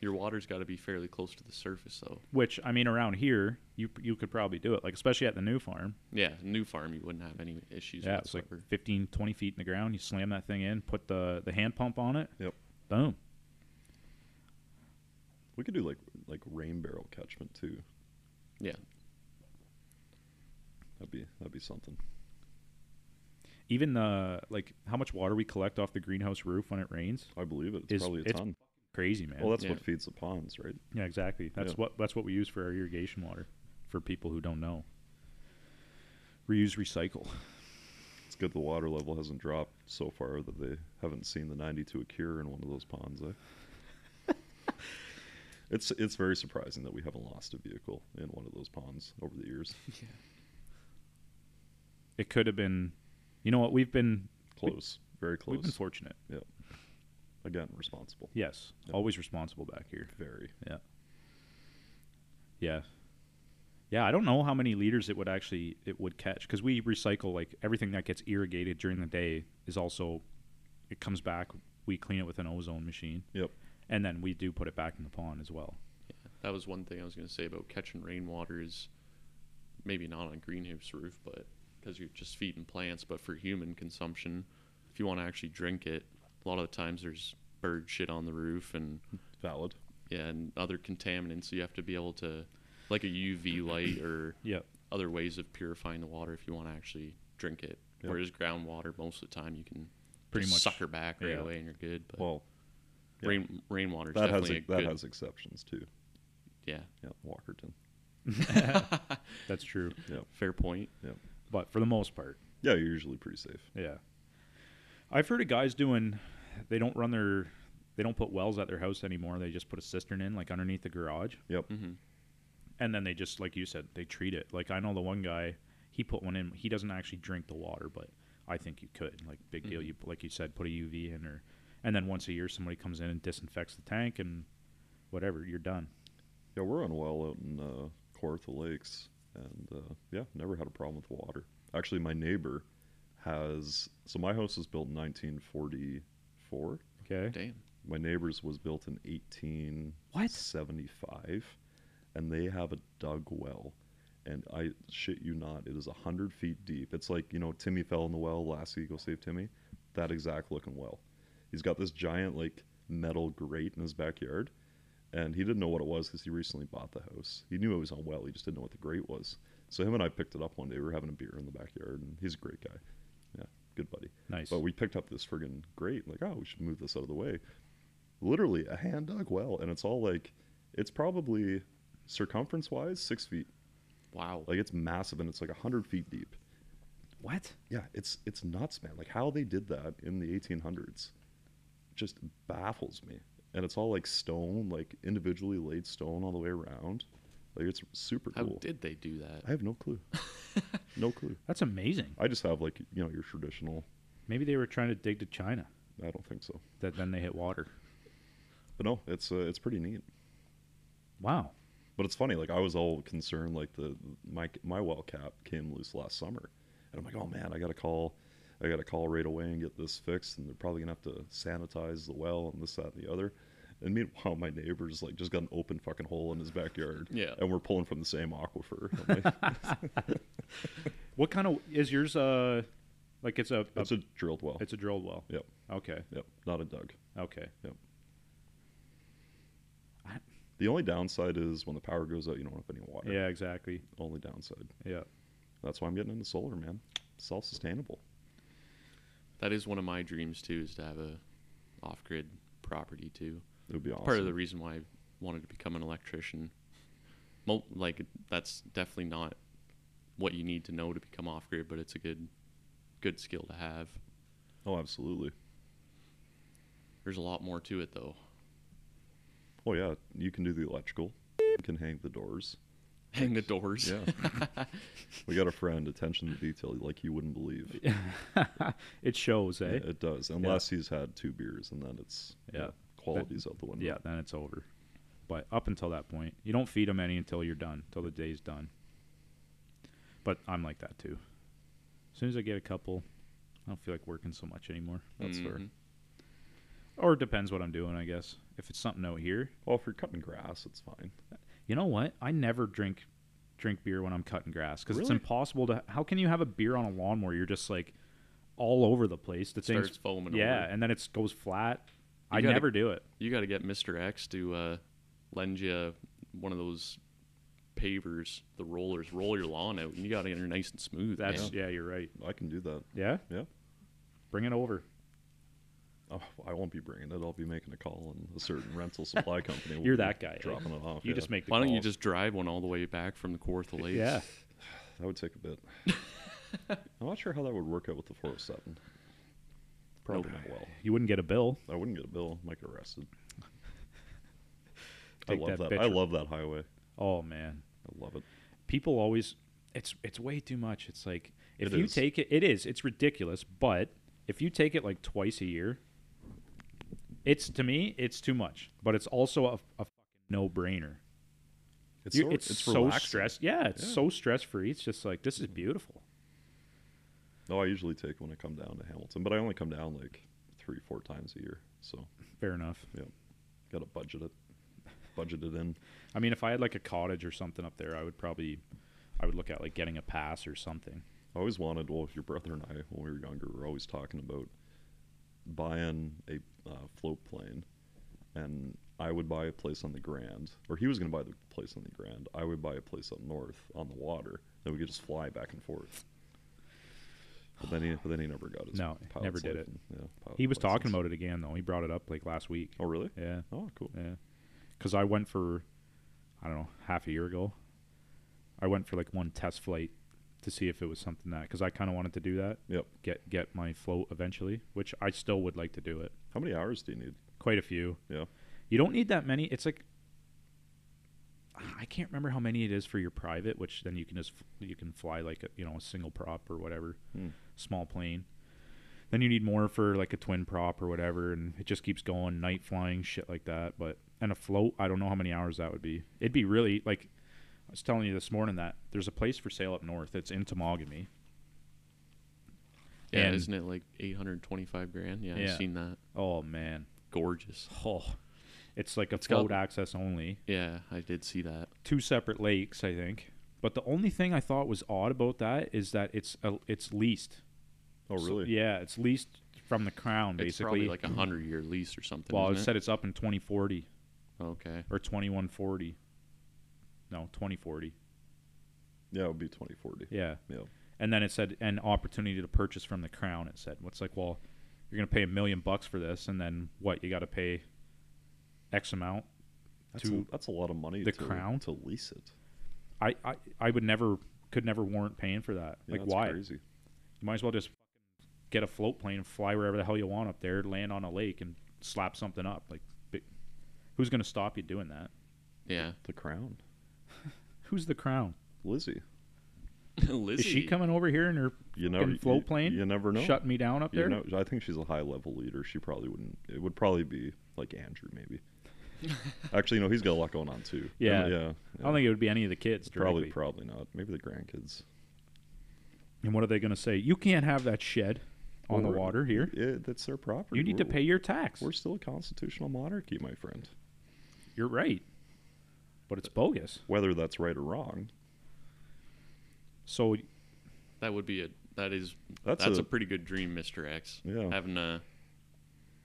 S4: Your water's got to be fairly close to the surface, though.
S2: Which I mean, around here, you you could probably do it. Like especially at the new farm.
S4: Yeah, new farm, you wouldn't have any issues.
S2: yeah, it's like
S4: whatsoever.
S2: 15, 20 feet in the ground. You slam that thing in, put the the hand pump on it.
S3: Yep.
S2: Boom.
S3: We could do like like rain barrel catchment too.
S4: yeah,
S3: That'd be that'd be something.
S2: Even the like how much water we collect off the greenhouse roof when it rains.
S3: I believe it. It's
S2: Is-
S3: probably a
S2: it's-
S3: ton.
S2: Crazy, man.
S3: Well, that's what
S4: Yeah.
S3: feeds the ponds, right?
S2: yeah, exactly. That's
S3: Yeah.
S2: what that's what we use for our irrigation water. For people who don't know, reuse, recycle.
S3: It's good the water level hasn't dropped so far that they haven't seen the 92 a cure in one of those ponds. Eh? it's it's very surprising that we haven't lost a vehicle in one of those ponds over the years.
S2: It could have been, you know what? We've been
S3: Close, very
S2: we've been
S3: close.
S2: fortunate.
S3: Yep. Again, responsible.
S2: Yes,
S3: Yeah.
S2: always responsible back here.
S3: Very.
S2: Yeah. Yeah. Yeah, I don't know how many liters it would actually it would catch because we recycle like everything that gets irrigated during the day is also it comes back. We clean it with an ozone machine,
S3: Yep.
S2: and then we do put it back in the pond as well.
S4: that was one thing I was going to say about catching rainwater is maybe not on a greenhouse roof, but because you're just feeding plants, but for human consumption, if you want to actually drink it, a lot of the times there's bird shit on the roof and
S3: Valid.
S4: yeah, and other contaminants. So you have to be able to, like a UV light or
S2: Yeah,
S4: other ways of purifying the water if you want to actually drink it.
S3: Yep.
S4: Whereas groundwater, most of the time you can
S2: Pretty
S4: just
S2: much,
S4: suck her back right
S2: yeah.
S4: away and you're good. But
S3: Well, yeah.
S4: rain rainwater is
S3: that has a,
S4: definitely a,
S3: that
S4: good
S3: has exceptions too.
S4: yeah
S3: Yeah, Walkerton.
S2: that's true.
S3: Yep.
S4: fair point.
S2: But for the most part,
S3: Yeah, you're usually pretty safe.
S2: Yeah. I've heard of guys doing they don't run their they don't put wells at their house anymore. They just put a cistern in like underneath the garage.
S3: Yep.
S4: Mhm.
S2: And then they just like you said, they treat it. Like I know the one guy, he put one in. He doesn't actually drink the water, but I think you could. Like big deal.
S3: Mm-hmm.
S2: You like you said put a UV in or and then once a year somebody comes in and disinfects the tank and whatever, you're done.
S3: Yeah, we're on a well out in uh, Kawartha Lakes, and uh, yeah, never had a problem with water. Actually, my neighbor has. So my house was built in 1944.
S2: Okay.
S4: Damn.
S3: My neighbor's was built in 1875, and they have a dug well. And I shit you not, it is a hundred feet deep. It's like you know Timmy fell in the well. Lassie, go save Timmy. That exact looking well. He's got this giant like metal grate in his backyard, and he didn't know what it was because he recently bought the house. He knew it was on well. He just didn't know what the grate was. So him and I picked it up one day. We were having a beer in the backyard, and he's a great guy. Yeah, good buddy.
S2: Nice.
S3: But we picked up this friggin' grate, like, oh, we should move this out of the way. Literally a hand dug well, and it's all like, it's probably circumference wise six feet.
S4: Wow.
S3: Like it's massive, and it's like hundred feet deep.
S2: what?
S3: Yeah, it's it's nuts, man. Like how they did that in the 1800s, just baffles me. And it's all like stone, like individually laid stone all the way around. Like it's super
S4: How
S3: cool.
S4: did they do that?
S3: I have no clue. no clue.
S2: That's amazing.
S3: I just have like you know your traditional.
S2: Maybe they were trying to dig to China
S3: I don't think so.
S2: that then they hit water.
S3: But no, it's uh, it's pretty neat.
S2: Wow.
S3: But it's funny, like I was all concerned, like the my my well cap came loose last summer, and I'm like, oh man, I gotta call, I gotta call right away and get this fixed, and they're probably gonna have to sanitize the well and this that and the other. And meanwhile, my neighbor's like just got an open fucking hole in his backyard,
S4: Yeah.
S3: and we're pulling from the same aquifer. I'm like,
S2: What kind of is yours? Uh, like it's a, a-
S3: it's a drilled well.
S2: it's a drilled well.
S3: yep,
S2: Okay,
S3: yep, not a dug.
S2: okay.
S3: The only downside is when the power goes out, you don't have any water.
S2: Yeah, exactly.
S3: Only downside.
S2: Yeah,
S3: That's why I'm getting into solar, man. Self sustainable.
S4: that is one of my dreams too, is to have a off grid property too.
S3: It would be awesome.
S4: Part of the reason why I wanted to become an electrician. Mo- Like that's definitely not what you need to know to become off grid, but it's a good good skill to have.
S3: oh, absolutely.
S4: There's a lot more to it though.
S3: Oh yeah, you can do the electrical. You can hang the doors.
S4: Hang the doors.
S3: Yeah. we got a friend, attention to detail like you wouldn't believe.
S2: it shows, eh?
S3: It does, unless he's had two beers, and then it's
S2: Yeah.
S3: yeah, qualities out the window.
S2: Yeah, then it's over. But up until that point, you don't feed them any until you're done, until the day's done. But I'm like that too. As soon as I get a couple, I don't feel like working so much anymore.
S3: That's fair.
S4: Mhm.
S2: Or it depends what I'm doing, I guess. If it's something out here,
S3: Well, if you're cutting grass, it's fine.
S2: you know what? I never drink drink beer when I'm cutting grass because it's
S3: Really?
S2: impossible to. How can you have a beer on a lawn where you're just like all over the place? The
S4: Starts
S2: things,
S4: foaming
S2: yeah,
S4: over.
S2: and then it goes flat. I
S4: gotta-
S2: never do it.
S4: You got to get Mr. X to uh, lend you one of those pavers, the rollers, roll your lawn out, and you got to get her nice and smooth. man.
S2: That's yeah. you're right.
S3: I can do that.
S2: Yeah,
S3: Yeah.
S2: bring it over.
S3: Oh, I won't be bringing it. I'll be making a call, and a certain rental supply company. will
S2: You're
S3: be
S2: that guy, eh?
S3: Dropping it off.
S2: You
S3: yeah.
S2: just make the
S4: Why don't you
S2: calls.
S4: just drive one all the way back from the Kawartha Lakes?
S2: yeah.
S3: That would take a bit. I'm not sure how that would work out with the 407. Probably not well.
S2: You wouldn't get a bill.
S3: I wouldn't get a bill. Might get arrested. I
S2: Take
S3: love
S2: that
S3: that.
S2: bitch
S3: I
S2: with-
S3: love that highway.
S2: Oh man,
S3: I love it.
S2: people always it's it's way too much. It's like if
S3: It
S2: you
S3: is.
S2: take it, it is it's ridiculous. But if you take it like twice a year, it's to me it's too much. But it's also a, a fucking no brainer.
S3: It's
S2: You-
S3: so,
S2: it's,
S3: it's
S2: so
S3: relaxing.
S2: stress. Yeah, it's
S3: Yeah.
S2: so stress free. It's just like this is beautiful.
S3: No, I usually take when I come down to Hamilton, but I only come down like three, four times a year. So
S2: Fair enough.
S3: gotta budget it, budget it in.
S2: I mean, if I had like a cottage or something up there, I would probably I would look at like getting a pass or something.
S3: I always wanted. Well, your brother and I, when we were younger, were always talking about buying a uh, float plane, and I would buy a place on the Grand, or he was gonna buy the place on the Grand. I would buy a place up north on the water. Then we could just fly back and forth. But then he, but then he never got his.
S2: No,
S3: pilot's
S2: never did it.
S3: license- Yeah, pilot
S2: He was talking
S3: license.
S2: about it again though. He brought it up like last week.
S3: Oh really?
S2: Yeah.
S3: Oh cool.
S2: Yeah. Because I went for, I don't know, half a year ago. I went for like one test flight to see if it was something that, because I kind of wanted to do that,
S3: Yep.
S2: get get my float eventually, which I still would like to do it.
S3: How many hours do you need?
S2: Quite a few.
S3: Yeah.
S2: You don't need that many. It's like, I can't remember how many it is for your private, which then you can just, f- you can fly like a, you know, a single prop or whatever,
S3: Hmm.
S2: small plane. Then you need more for like a twin prop or whatever, and it just keeps going, night flying, shit like that. But and a float, I don't know how many hours that would be. It'd be really like I was telling you this morning that there's a place for sale up north. It's in Tomogamy.
S4: Yeah,
S2: And-
S4: isn't it like 825 grand? Yeah,
S2: Yeah.
S4: I've seen that.
S2: Oh man,
S4: Gorgeous.
S2: oh, it's like a
S4: It's got-
S2: float access only.
S4: Yeah, I did see that.
S2: Two separate lakes, I think. But the only thing I thought was odd about that is that it's a, it's leased.
S3: Oh
S2: So-
S3: really?
S2: yeah, it's leased from the crown basically.
S4: It's probably like a 100 year lease or something.
S2: well, it
S4: isn't
S2: said it's up in 2040.
S4: it? Okay.
S2: or 2140. No, 2040.
S3: Yeah, it would be 2040.
S2: Yeah.
S3: Yeah.
S2: And then it said an opportunity to purchase from the crown. It said, "What's like, well, you're going to pay a million bucks for this, and then what? You got to pay X amount."
S3: That's,
S2: to
S3: a, that's a lot of money
S2: the
S3: to,
S2: crown?
S3: to lease it.
S2: I, I, I would never, could never warrant paying for that.
S3: Yeah,
S2: like,
S3: that's
S2: why?
S3: Crazy.
S2: You might as well just get a float plane and fly wherever the hell you want up there, land on a lake, and slap something up. Like, bi- who's going to stop you doing that?
S4: Yeah.
S3: The crown.
S2: Who's the crown?
S3: Lizzie.
S4: Lizzie.
S2: Is she coming over here in her
S3: You never
S2: Fucking float
S3: you-
S2: plane?
S3: You never know.
S2: shutting me down up
S3: you
S2: there?
S3: know, I think she's a high level leader. She probably wouldn't. It would probably be like Andrew, maybe. Actually, no, he's got a lot going on too. Um,
S2: Yeah.
S3: yeah.
S2: I don't think it would be any of the kids.
S3: probably
S2: directly.
S3: probably not. Maybe the grandkids.
S2: And what are they going to say? You can't have that shed on the
S3: Or-
S2: water here.
S3: Yeah, that's their property.
S2: You need to
S3: We're-
S2: pay your tax.
S3: We're still a constitutional monarchy, my friend.
S2: You're right. But it's bogus.
S3: Whether that's right or wrong,
S2: So
S4: That would be a. That is.
S3: That's
S4: That's,
S3: a-
S4: a, pretty good dream, Mr. X.
S3: Yeah.
S4: Having a.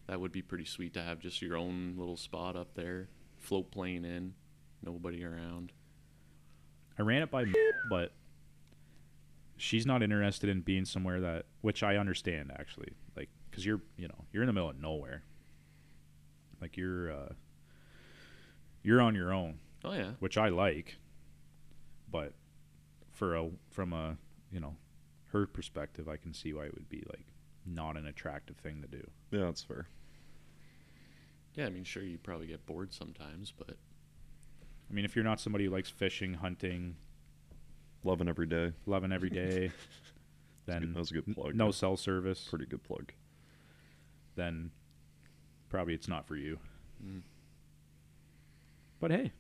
S4: That would be pretty sweet to have just your own little spot up there, float plane in, nobody around.
S2: I ran it by, but she's not interested in being somewhere that, which I understand actually, like because you're you know you're in the middle of nowhere, like you're uh, you're on your own,
S4: Oh yeah.
S2: which I like, but for a from a you know her perspective, I can see why it would be like not an attractive thing to do.
S3: Yeah, that's fair.
S4: Yeah, I mean, sure, you probably get bored sometimes, but
S2: I mean, if you're not somebody who likes fishing, hunting,
S3: Loving every day.
S2: loving every day,
S3: That's a good-
S2: then
S3: that was a good
S2: n-
S3: plug.
S2: no cell service,
S3: Pretty good plug.
S2: then probably it's not for you.
S4: Mm.
S2: But hey,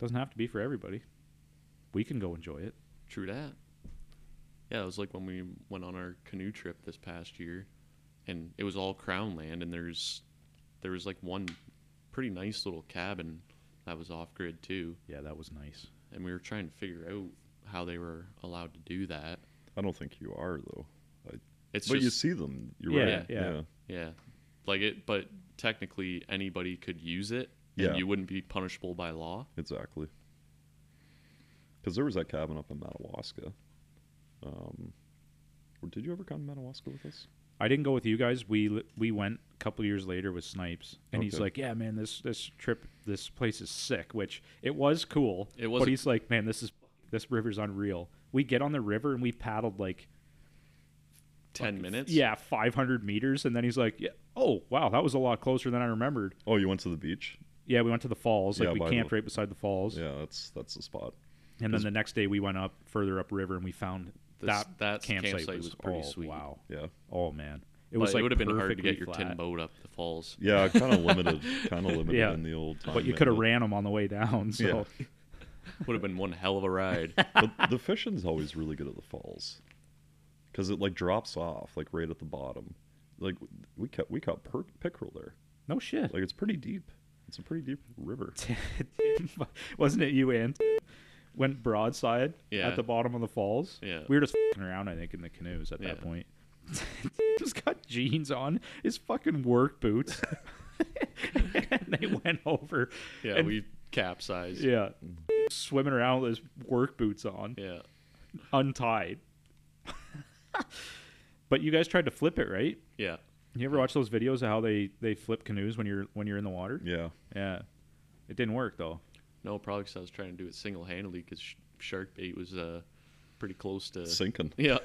S2: doesn't have to be for everybody. We can go enjoy it.
S4: true that. Yeah, it was like when we went on our canoe trip this past year, and it was all crown land, and there's there was like one pretty nice little cabin that was off grid too,
S2: Yeah, that was nice.
S4: and we were trying to figure out how they were allowed to do that.
S3: I don't think you are though.
S4: It's
S3: but
S4: just
S3: you see them. You're
S2: Yeah,
S3: right.
S2: yeah.
S4: Yeah. Like it but technically anybody could use it and
S3: Yeah.
S4: you wouldn't be punishable by law.
S3: Exactly. Because there was that cabin up in Madawaska. Um, or did you ever come to Madawaska with us?
S2: I didn't go with you guys. We li- we went a couple years later with Snipes, and he's
S3: Okay.
S2: like, "Yeah, man, this this trip, this place is sick." Which it was cool.
S4: It was
S2: But
S4: a-
S2: he's like, "Man, this is this river's unreal." We get on the river and we paddled like
S4: Ten minutes?
S2: yeah, 500 meters, and then he's like, yeah, "Oh, wow, that was a lot closer than I remembered."
S3: Oh, you went to the beach.
S2: Yeah, we went to the falls. Like
S3: Yeah,
S2: we
S3: by the-
S2: camped right beside the falls,
S3: Yeah, that's that's the spot.
S2: and then the next day we went up further upriver and we found
S4: This-
S2: that
S4: that
S2: campsite,
S4: campsite
S2: was,
S4: was pretty
S2: oh,
S4: sweet.
S2: Wow,
S3: Yeah,
S2: oh man, it
S4: But
S2: was like
S4: would have been hard to
S2: perfectly
S4: get your tin
S2: flat.
S4: boat up the falls.
S3: yeah, kind of limited, kind of limited
S2: Yeah.
S3: in the old time.
S2: But you
S3: there,
S2: could have ran them on the way down. So
S3: Yeah.
S4: Would have been one hell of a ride.
S3: But the fishing's always really good at the falls, because it like drops off like right at the bottom. Like we caught we caught per- pickerel there.
S2: no shit.
S3: Like it's pretty deep. It's a pretty deep river.
S2: Wasn't it you and went broadside
S4: Yeah.
S2: at the bottom of the falls?
S4: Yeah.
S2: We were just fing around, I think, in the canoes at that
S4: Yeah.
S2: point. just got jeans on, his fucking work boots. and they went over.
S4: Yeah,
S2: and,
S4: we capsized.
S2: yeah. Swimming around with his work boots on,
S4: Yeah.
S2: untied. but you guys tried to flip it, right?
S4: Yeah.
S2: You ever watch those videos of how they, they flip canoes when you're when you're in the water?
S3: Yeah,
S2: Yeah. It didn't work though.
S4: No, probably 'cause I was trying to do it single handedly because sh- shark bait was uh, pretty close to.
S3: sinking.
S4: Yeah.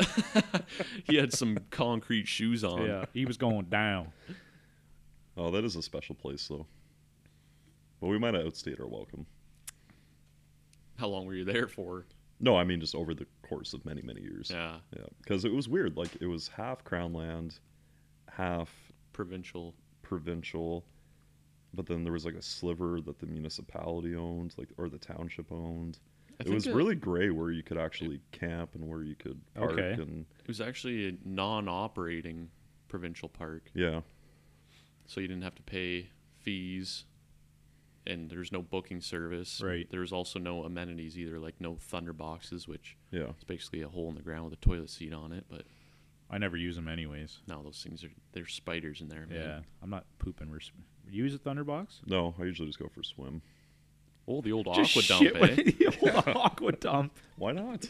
S4: he had some concrete shoes on.
S2: Yeah, he was going down.
S3: Oh, that is a special place though. But we might have outstayed our welcome.
S4: How long were you there for?
S3: No, I mean just over the course of many many years.
S4: Yeah.
S3: yeah. Because it was weird. Like it was half crown land, half
S4: Provincial.
S3: provincial, but then there was like a sliver that the municipality owned, like or the township owned.
S4: I
S3: it was
S4: think uh,
S3: really gray where you could actually camp and where you could park
S2: Okay.
S3: and
S4: It was actually a non operating provincial park.
S3: yeah,
S4: so you didn't have to pay fees and there's no booking service
S2: Right.
S4: there was also no amenities either like no thunder boxes which
S3: yeah.
S4: is basically a hole in the ground with a toilet seat on it but
S2: I never use them anyways.
S4: now those things are there's spiders in there man.
S2: Yeah, I'm not pooping. Res- you use a thunderbox?
S3: No, I usually just go for a swim.
S4: oh the old
S2: Just
S4: aqua
S2: shit
S4: dump
S2: with
S4: eh?
S2: the old aqua dump.
S3: Why not?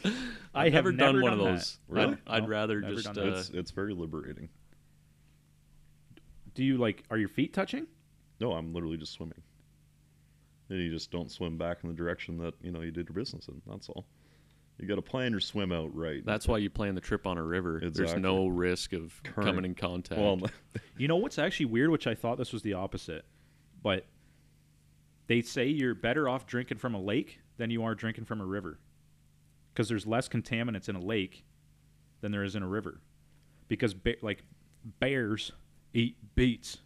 S2: I
S4: i've
S2: have
S4: never done
S2: never
S4: one of
S2: done
S4: those
S3: that. Really?
S4: i'd, I'd
S2: No,
S4: rather
S2: never
S4: just
S2: done
S4: uh,
S2: that.
S3: it's it's very liberating.
S2: Do you like? Are your feet touching?
S3: No, I'm literally just swimming. And you just don't swim back in the direction that you know you did your business in. That's all. You got to plan your swim out right.
S4: that's why you plan the trip on a river there's
S3: Exactly.
S4: no risk of
S3: Current.
S4: coming in contact
S3: well,
S2: You know what's actually weird, which I thought this was the opposite, but they say you're better off drinking from a lake than you are drinking from a river, because there's less contaminants in a lake than there is in a river, because ba- like bears eat beets,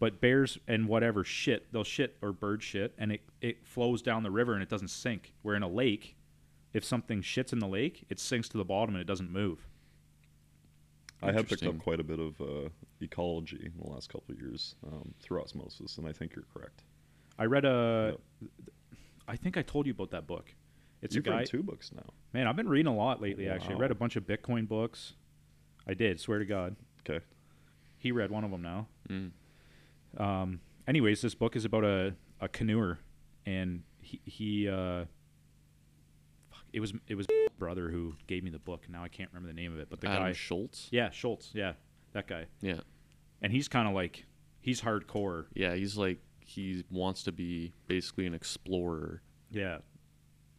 S2: but bears and whatever shit they'll shit or bird shit, and it it flows down the river and it doesn't sink. Where in a lake, if something shits in the lake, it sinks to the bottom and it doesn't move.
S3: I have picked
S4: Interesting.
S3: up quite a bit of uh, ecology in the last couple of years um, through osmosis, and I think you're correct.
S2: I read a. I think I told you about that book. It's
S3: You've
S2: a guy.
S3: read two books now.
S2: Man, I've been reading a lot lately.
S4: Oh,
S2: Actually, I
S3: Wow.
S2: read a bunch of Bitcoin books. I did. Swear to God,
S3: Okay.
S2: he read one of them now.
S4: Mm.
S2: Um. Anyways, this book is about a a canoeer, and he he. Uh, fuck, it was it was brother who gave me the book. Now I can't remember the name of it, but the
S4: Adam
S2: guy,
S4: Schultz.
S2: yeah, Schultz, yeah, that guy,
S4: Yeah,
S2: and he's kind of like he's hardcore,
S4: yeah. He's like he wants to be basically an explorer,
S2: yeah,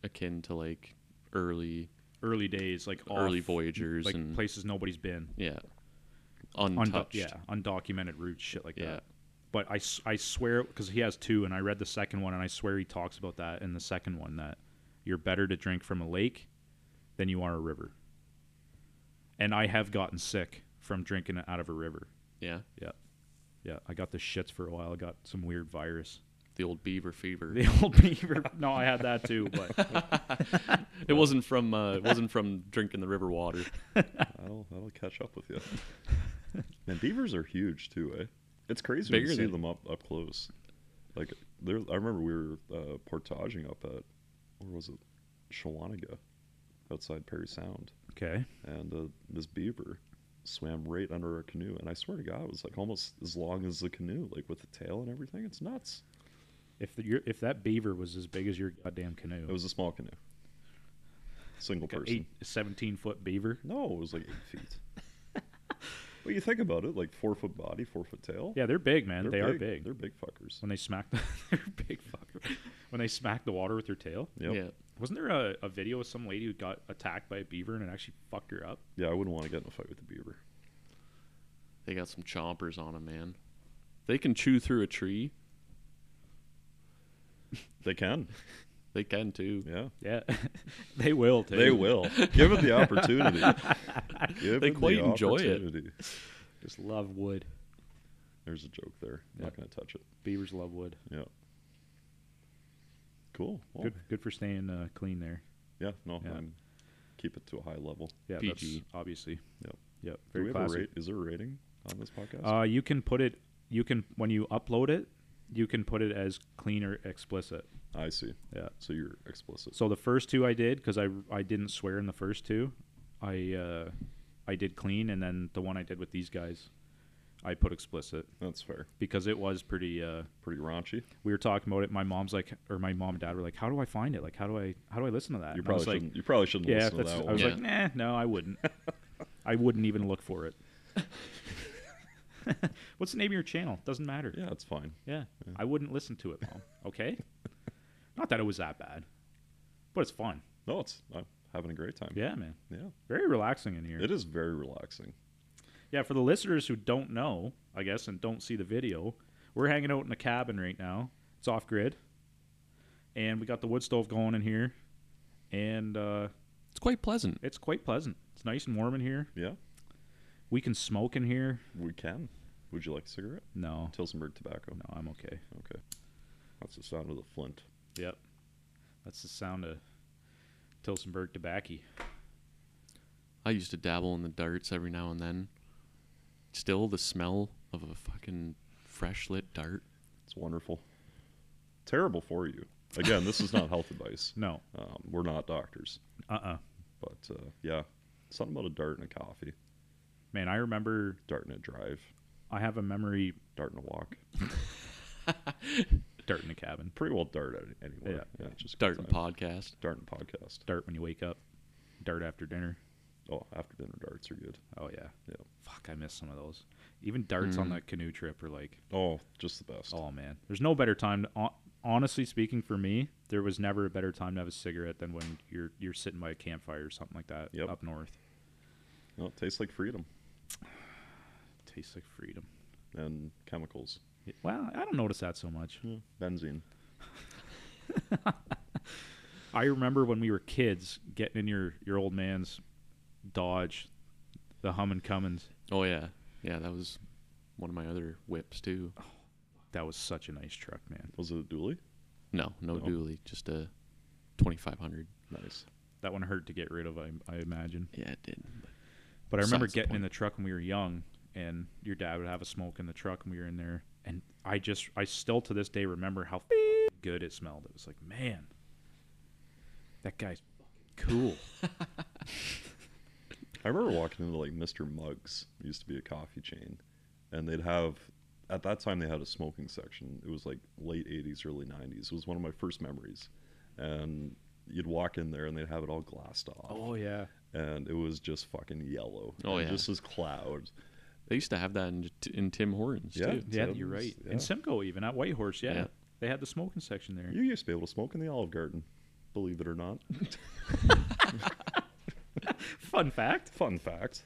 S4: akin to like early
S2: early days like off,
S4: early voyagers
S2: like
S4: and
S2: places nobody's been,
S4: yeah,
S2: Undo-
S4: untouched.
S2: yeah, undocumented roots, shit like
S4: yeah.
S2: that. But I, s- I swear because he has two, and I read the second one, and I swear he talks about that in the second one that you're better to drink from a lake than you are a river. And I have gotten sick from drinking out of a river.
S4: yeah.
S2: Yeah, I got the shits for a while. I got some weird virus.
S4: The old beaver fever.
S2: The old beaver. No, I had that too, but
S4: It wasn't from uh, it wasn't from drinking the river water.
S3: That'll that'll catch up with you. and beavers are huge too, eh? It's crazy
S4: Bigger
S3: when you see
S4: than-
S3: them up up close. Like there, I remember we were uh, portaging up at, where was it, Shawanaga, outside Perry Sound,
S2: okay.
S3: and uh, this beaver swam right under our canoe, and I swear to God, it was like almost as long as the canoe, like with the tail and everything. It's nuts.
S2: If the, your, if that beaver was as big as your goddamn canoe,
S3: It was a small canoe, single
S2: like a
S3: person.
S2: eight, 17 foot beaver.
S3: No, it was like eight feet. well, you think about it, like four foot body, four foot tail.
S2: Yeah, they're big, man.
S3: They're
S2: They are big.
S3: They're big fuckers.
S2: when they smack the they're big fucker. When they smack the water with their tail.
S3: Yep. Yeah.
S4: Yeah.
S2: Wasn't there a, a video of some lady who got attacked by a beaver and it actually fucked her up?
S3: I wouldn't want to get in a fight with the beaver.
S4: They got some chompers on them, man. They can chew through a tree.
S3: They can.
S4: They can too.
S3: Yeah.
S2: Yeah. they will too.
S3: They will. Give it the opportunity. Give
S4: They
S3: it
S4: quite
S3: the
S4: enjoy it.
S3: opportunity.
S2: Just love wood.
S3: There's a joke there. I'm
S2: Yeah.
S3: Not going to touch it.
S2: Beavers love wood.
S3: Yeah. Cool. Well,
S2: Good good for staying uh, clean there.
S3: Yeah. No,
S2: Yeah.
S3: I'm keep it to a high level.
S2: Yeah,
S4: PG.
S2: that's obviously.
S3: Yep.
S2: Yep.
S3: Do we
S2: Very
S3: have a
S2: classic.
S3: rate? Is there a rating on this podcast?
S2: Uh, you can put it. You can when you upload it, you can put it as clean or explicit.
S3: I see.
S2: Yeah.
S3: So you're explicit.
S2: So the first two I did because I I didn't swear in the first two, I uh, I did clean, and then the one I did with these guys, I put explicit
S3: That's fair.
S2: because it was pretty. Uh,
S3: Pretty raunchy.
S2: we were talking about it. My mom's like, or my mom and dad were like, "How do I find it? Like, how do I how do I listen to that?"
S3: You
S2: And I was
S3: probably
S2: like,
S3: shouldn't. You probably shouldn't
S2: "Yeah,
S3: listen to
S2: that's."
S3: that
S2: I
S3: one.
S2: was like, "Nah, no, I wouldn't. I wouldn't even look for it." What's the name of your channel? Doesn't matter.
S3: yeah, it's fine.
S2: Yeah. I wouldn't listen to it, Mom. Okay? Not that it was that bad. But it's fun.
S3: No, it's I'm having a great time.
S2: Yeah, man.
S3: Yeah.
S2: Very relaxing in here.
S3: It is very relaxing.
S2: Yeah, for the listeners who don't know, I guess, and don't see the video, we're hanging out in a cabin right now. It's off grid. And we got the wood stove going in here. And uh,
S4: It's quite pleasant.
S2: it's quite pleasant. It's nice and warm in here.
S3: Yeah,
S2: We can smoke in here.
S3: we can. Would you like a cigarette?
S2: No.
S3: Tilsonburg tobacco.
S2: No, I'm okay.
S3: Okay. That's the sound of the flint.
S2: Yep. That's the sound of Tilsonburg tobacco.
S4: I used to dabble in the darts every now and then. Still, the smell of a fucking fresh lit dart.
S3: It's wonderful. Terrible for you. Again, this is not health advice.
S2: No.
S3: Um, we're not doctors.
S2: Uh-uh.
S3: But uh, yeah, something about a dart and a coffee,
S2: Man, I remember
S3: dart and a drive,
S2: I have a memory
S3: dart and a walk.
S2: dart in the cabin.
S3: Pretty well dart at anywhere.
S2: Yeah.
S3: just good
S4: Dart and
S3: time.
S4: podcast.
S3: Dart and podcast.
S2: Dart when you wake up. Dart after dinner.
S3: Oh, after dinner darts are good.
S2: Oh yeah.
S3: Yeah.
S2: Fuck, I miss some of those. Even darts on that canoe trip are like,
S3: Oh, just the best.
S2: oh man, there's no better time. To, hon- honestly speaking, for me, there was never a better time to have a cigarette than when you're you're sitting by a campfire or something like that
S3: Yep.
S2: up north.
S3: No, it tastes like freedom
S2: Tastes like freedom.
S3: and chemicals.
S2: Yeah, Well, I don't notice that so much.
S3: Yeah. Benzene.
S2: I remember when we were kids getting in your your old man's Dodge, the Hummin' Cummins.
S4: Oh yeah, yeah. That was one of my other whips too.
S2: That was such a nice truck, man.
S3: Was it a dually?
S4: No, no,
S3: No.
S4: dually, just a twenty five hundred.
S3: Nice.
S2: That one hurt to get rid of, I, I imagine.
S4: Yeah, it did. but-
S2: But I remember
S4: Besides the
S2: getting in
S4: point.
S2: the truck when we were young, and your dad would have a smoke in the truck, and we were in there. And I just, I still to this day remember how f- good it smelled. It was like, man, that guy's cool.
S3: I remember walking into like Mr. Muggs it used to be a coffee chain, and they'd have at that time they had a smoking section. It was like late '80s, early '90s. It was one of my first memories, and you'd walk in there and they'd have it all glassed off,
S2: Oh yeah.
S3: and it was just fucking yellow.
S4: Oh,
S3: and
S4: yeah.
S3: just as clouds.
S4: They used to have that in, in Tim Hortons
S3: Yeah.
S4: too.
S2: Yeah,
S3: Tim's,
S2: you're right.
S3: yeah.
S2: And Simcoe even at Whitehorse, yeah.
S4: Yeah.
S2: They had the smoking section there.
S3: You used to be able to smoke in the Olive Garden, believe it or not.
S2: Fun fact:
S3: Fun fact: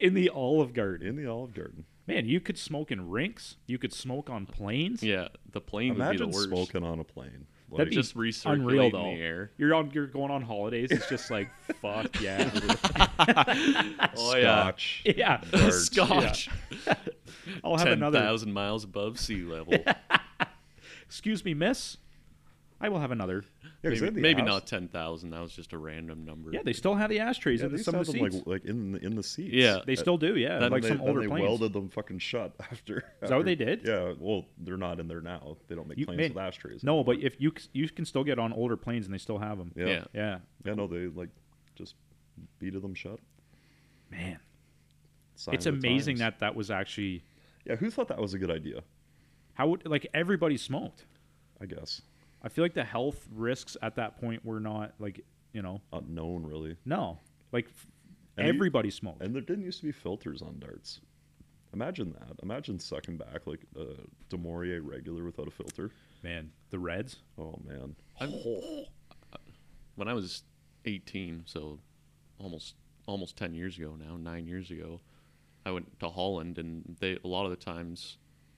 S2: in the Olive Garden,
S3: in the Olive Garden,
S2: man, you could smoke in rinks. You could smoke on planes.
S4: Yeah, the plane
S3: imagine
S4: would be the worst.
S3: smoking on a plane.
S2: That'd be
S4: Just recirculating
S2: unreal,
S4: the
S2: though.
S4: air.
S2: You're on. You're going on holidays. It's just like fuck yeah,
S4: Oh
S3: scotch.
S2: yeah.
S4: yeah,
S3: Darts.
S4: Scotch.
S2: I'll have
S4: Ten
S2: another.
S4: thousand miles above sea level.
S2: Excuse me, miss. I will have another.
S3: Yeah, 'cause they
S4: maybe
S3: had the
S4: maybe
S3: ash-
S4: not ten thousand. That was just a random number.
S2: Yeah, they still have the ashtrays
S3: Yeah,
S2: in
S3: they
S2: the,
S3: used to
S2: some of
S3: have
S2: the
S3: them
S2: seats.
S3: like like in the in the seats.
S4: Yeah.
S2: they still do. Yeah,
S4: Then
S2: like
S3: they,
S2: some
S3: then
S2: older
S3: they
S2: planes.
S3: welded them fucking shut after.
S2: Is that what they
S3: after-
S2: did?
S3: Yeah. Well, they're not in there now. They don't make
S2: You-
S3: planes
S2: man,
S3: with ashtrays.
S2: No, but if you c- you can still get on older planes and they still have them.
S3: Yeah.
S4: Yeah.
S3: yeah.
S2: Yeah,
S3: No, they like just beat them shut.
S2: man,
S3: Sign
S2: it's
S3: of the
S2: amazing
S3: times.
S2: that that was actually
S3: Yeah. Who thought that was a good idea?
S2: how would, like everybody smoked.
S3: I guess
S2: I feel like the health risks at that point were not like you know
S3: unknown really.
S2: no like f-
S3: And you-
S2: everybody smoked.
S3: And there didn't used to be filters on darts. Imagine that. Imagine sucking back like a Demorier regular without a filter.
S2: Man, the Reds.
S3: Oh man.
S4: When I was eighteen, so almost almost ten years ago now, nine years ago, I went to Holland, and they a lot of the times,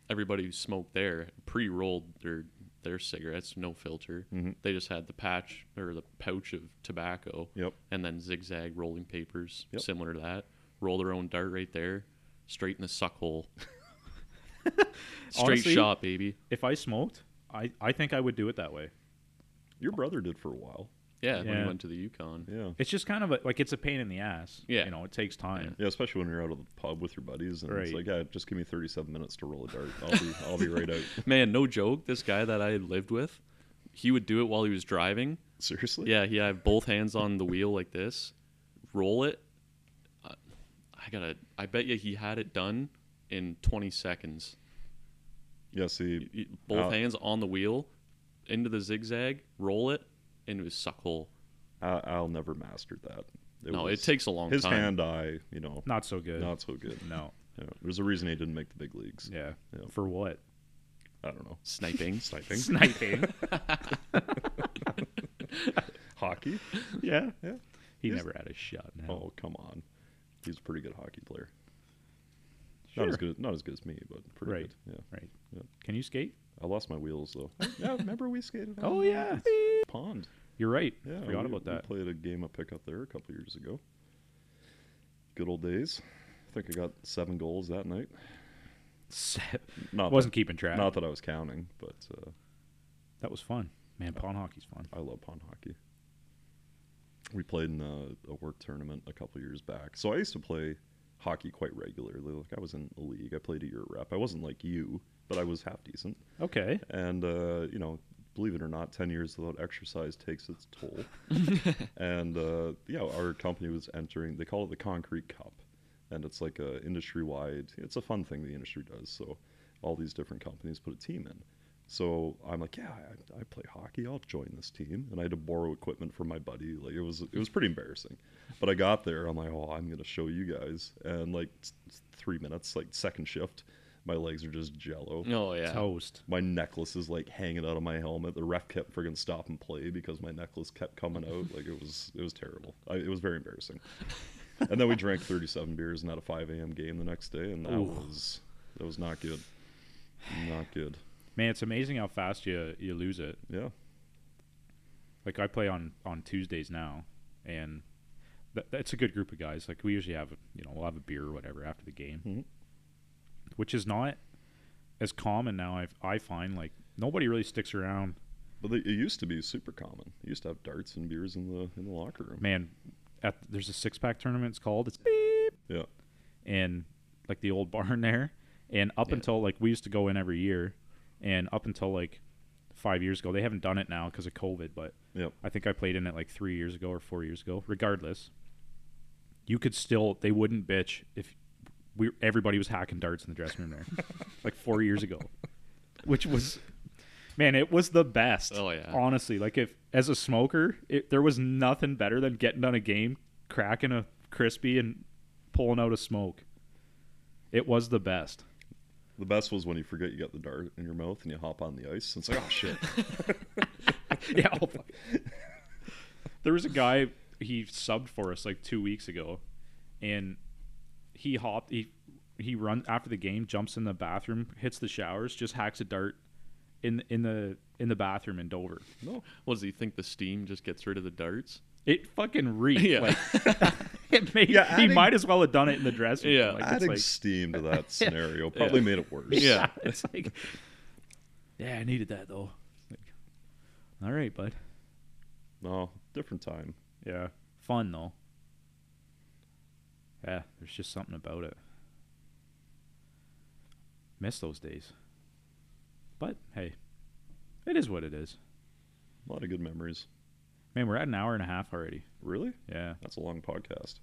S4: everybody who smoked there pre-rolled their their cigarettes, no filter. They just had the patch or the pouch of tobacco.
S3: Yep.
S4: and then zigzag rolling papers
S3: Yep.
S4: similar to that. Roll their own dart right there, straight in the suck hole. straight
S2: Honestly-
S4: shot, baby.
S2: If I smoked, I I think I would do it that way.
S3: Your brother did for a while.
S4: Yeah, when
S2: Yeah.
S4: he went to the Yukon.
S3: Yeah.
S2: It's just kind of a, like it's a pain in the ass.
S4: Yeah.
S2: you know it takes time.
S3: Yeah, especially when you're out of the pub with your buddies, and it's
S2: Right.
S3: like, yeah, just give me 37 minutes to roll a dart. I'll be, I'll be right out.
S4: Man, no joke. This guy that I had lived with, he would do it while he was driving.
S3: Seriously?
S4: Yeah, he had both hands on the wheel like this, roll it. Uh, I gotta. I bet you he had it done in 20 seconds.
S3: Yeah. See,
S4: Y- Both
S3: Oh.
S4: hands on the wheel, into the zigzag, roll it into his suck hole.
S3: I, I'll never master that.
S4: no,
S3: was-
S4: it takes a long
S3: his
S4: time.
S3: hand eye. You know, not,
S2: Not so good.
S3: so good.
S2: No.
S3: Yeah, there's a reason he didn't make the big leagues.
S2: Yeah.
S3: Yeah.
S2: For what?
S3: I don't know.
S4: sniping.
S3: Sniping,
S2: Sniping.
S3: hockey.
S2: yeah.
S3: Yeah.
S2: He
S3: He's-
S2: never had a shot. No.
S3: Oh come on, he's a pretty good hockey player. Not as
S2: Sure.
S3: good, not as good as me, but pretty
S2: Right.
S3: good. Yeah.
S2: Right.
S3: Yeah.
S2: Can you skate?
S3: I lost my wheels though. yeah, remember we skated? on
S2: Oh yeah.
S3: the pond.
S2: You're right.
S3: Yeah,
S2: Forgot
S3: we,
S2: about
S3: we
S2: that.
S3: played a game of pickup there a couple years ago. Good old days. I think I got seven goals that night. Not
S2: Wasn't keeping track.
S3: that, not that I was counting, but uh,
S2: That was fun. Man, pond hockey's fun.
S3: I love pond hockey. We played in a, a work tournament a couple years back. So I used to play hockey quite regularly. Like I was in a league. I played a year rep. I wasn't like you, but I was half decent.
S2: Okay.
S3: and uh, you know believe it or not 10 years without exercise takes its toll and uh, yeah our company was entering they call it the concrete cup and it's like a industry wide it's a fun thing the industry does so all these different companies put a team in so i'm like yeah i, I play hockey i'll join this team and i had to borrow equipment from my buddy like it was it was pretty embarrassing but i got there i'm like oh i'm gonna show you guys and like s- s- three minutes like second shift my legs are just jello
S4: Oh yeah.
S2: Toast.
S3: my necklace is like hanging out of my helmet. The ref kept friggin' stop and play because my necklace kept coming out. Like it was it was terrible. I, it was very embarrassing. and then we drank 37 beers and had a 5 a.m. game the next day, and that
S2: Oof.
S3: was that was not good. Not good.
S2: Man, it's amazing how fast you you lose it.
S3: Yeah.
S2: Like I play on on Tuesdays now, and that, that's a good group of guys. Like we usually have, you know, we'll have a beer or whatever after the game,
S3: Mhm.
S2: which is not as common now. I I find like nobody really sticks around.
S3: But they, it used to be super common. You used to have darts and beers in the in the locker room.
S2: Man, at there's a six pack tournament. It's called. It's beep.
S3: Yeah.
S2: and like the old barn there. And up
S4: Yeah.
S2: until like we used to go in every year, and up until like five years ago, they haven't done it now because of COVID. But
S3: Yep.
S2: I think I played in it like three years ago or four years ago. Regardless, you could still they wouldn't bitch if we everybody was hacking darts in the dressing room there, like four years ago, which was man, it was the best.
S4: Oh, yeah.
S2: honestly, like if as a smoker, it, there was nothing better than getting on a game, cracking a crispy, and pulling out a smoke. It was the best.
S3: The best was when you forget you got the dart in your mouth and you hop on the ice. And it's like, oh shit.
S2: yeah. oh, fuck. there was a guy he subbed for us like two weeks ago, and he hopped. He he runs after the game, jumps in the bathroom, hits the showers, just hacks a dart in in the in the bathroom in Dover.
S3: No.
S4: What does he think? The steam just gets rid of the darts?
S2: It fucking reeked.
S4: Yeah.
S2: Like it made,
S3: Yeah,
S2: he
S3: adding-
S2: might as well have done it in the dressing room.
S4: Yeah.
S2: Like, it's
S3: Adding
S2: like-
S3: steam to that scenario probably made it worse.
S4: Yeah.
S2: it's like, yeah, I needed that though. Like, all right, bud.
S3: No, different time.
S2: Yeah, fun though. Yeah, there's just something about it. Miss those days. But hey, it is what it is.
S3: A lot of good memories.
S2: Man, we're at an hour and a half already.
S3: Really?
S2: Yeah,
S3: That's a long podcast.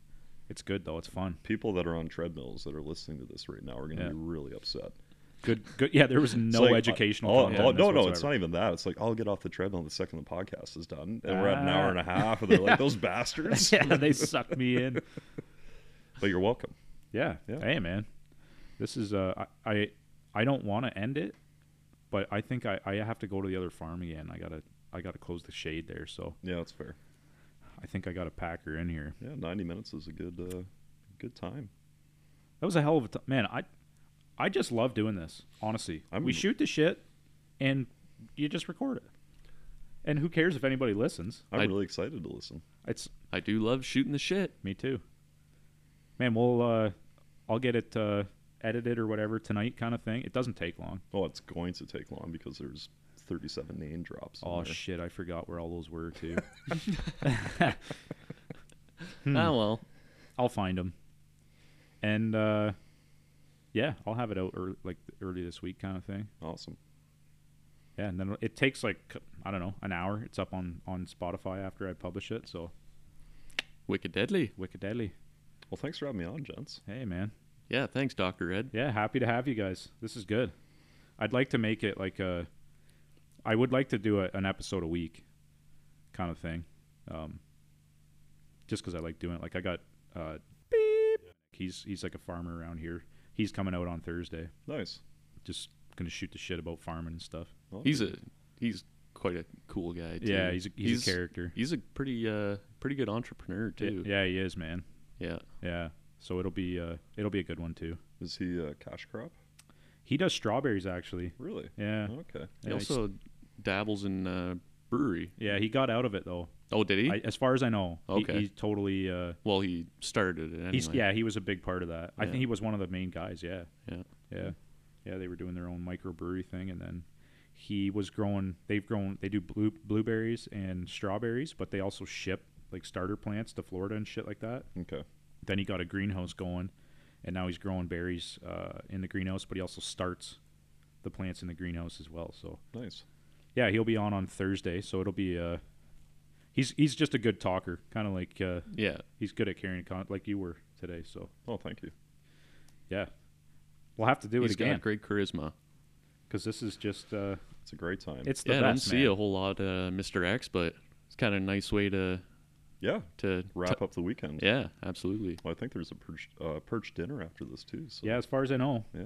S2: it's good though. It's fun.
S3: People that are on treadmills that are listening to this right now are going to
S2: Yeah.
S3: be really upset.
S2: Good, good. Yeah, there was
S3: It's
S2: no
S3: like,
S2: educational.
S3: oh,
S2: content
S3: oh,
S2: in
S3: no,
S2: this
S3: no, it's
S2: whatsoever.
S3: not even that. It's like I'll get off the treadmill the second the podcast is done, and we're at an hour and a half, and they're
S2: Yeah.
S3: like those bastards.
S2: Ah. yeah, they sucked me in.
S3: But you're welcome.
S2: Yeah.
S3: Yeah.
S2: Hey, man. This is uh, I, I, I don't want to end it, but I think I, I have to go to the other farm again. I gotta, I gotta close the shade there. So
S3: Yeah, that's fair.
S2: I think I gotta pack her in here.
S3: Yeah, 90 minutes is a good, uh, good time.
S2: That was a hell of a t- man. I, I just love doing this. Honestly,
S3: I'm-
S2: we shoot the shit, and you just record it. And who cares if anybody listens?
S3: I'm
S4: I-
S3: really excited to listen.
S2: It's
S4: I do love shooting the shit.
S2: me too. Man, we'll, uh, I'll get it uh, edited or whatever tonight, kind of thing. It doesn't take long.
S3: Oh, it's going to take long because there's 37 name drops. in
S2: Oh
S3: there.
S2: shit! I forgot where all those were too.
S4: Ah well.
S2: I'll find them, and uh, yeah, I'll have it out early, like early this week, kind of thing.
S3: awesome.
S2: Yeah, and then it takes like I don't know an hour. It's up on on Spotify after I publish it. So
S4: Wicked deadly.
S2: wicked deadly.
S3: Well, thanks for having me on, gents.
S2: Hey man,
S4: Yeah, thanks, Doctor Ed.
S2: yeah, happy to have you guys. This is good. I'd like to make it like a. I would like to do a, an episode a week, kind of thing, um, just because I like doing it. Like I got, uh, beep. He's he's like a farmer around here. He's coming out on Thursday.
S3: Nice.
S2: Just gonna shoot the shit about farming and stuff.
S3: Well,
S4: He's a he's quite a cool guy. Too.
S2: Yeah, he's a, he's, a character.
S4: He's a pretty uh pretty good entrepreneur too.
S2: Yeah, he is, man.
S4: yeah.
S2: Yeah. So it'll be uh, it'll be a good one too.
S3: is he a cash crop?
S2: He does strawberries actually.
S3: Really?
S2: Yeah.
S3: Okay.
S4: He
S2: Yeah, he's-
S4: also dabbles in uh, brewery.
S2: yeah, he got out of it though.
S4: Oh, did he?
S2: I, as far as I know, he-
S4: Okay.
S2: he, totally. Uh,
S4: well, he started it anyway.
S2: He's yeah, he was a big part of that. I
S4: Yeah.
S2: think he was one of the main guys. Yeah,
S4: Yeah.
S2: yeah, yeah. They were doing their own microbrewery thing, and then he was growing. They've grown. They do blue, blueberries and strawberries, but they also ship like starter plants to Florida and shit like that.
S3: Okay.
S2: Then he got a greenhouse going, and now he's growing berries uh, in the greenhouse. But he also starts the plants in the greenhouse as well. So
S3: Nice.
S2: yeah, he'll be on on Thursday. So it'll be. Uh, he's he's just a good talker, kind of like uh,
S4: Yeah.
S2: he's good at carrying con like you were today. So.
S3: Oh, thank you.
S2: Yeah. We'll have to do
S4: He's
S2: it again
S4: got great charisma.
S2: because this is just uh,
S3: It's a great time.
S2: it's the
S4: Yeah, I don't
S2: best.
S4: see
S2: man.
S4: a whole lot uh, Mr. X, but it's kind of a nice way to
S3: yeah.
S4: to
S3: Wrap up the weekend.
S4: Yeah, absolutely.
S3: Well, I think there's a perch, uh, perch dinner after this too. So
S2: Yeah, as far as I know,
S3: yeah,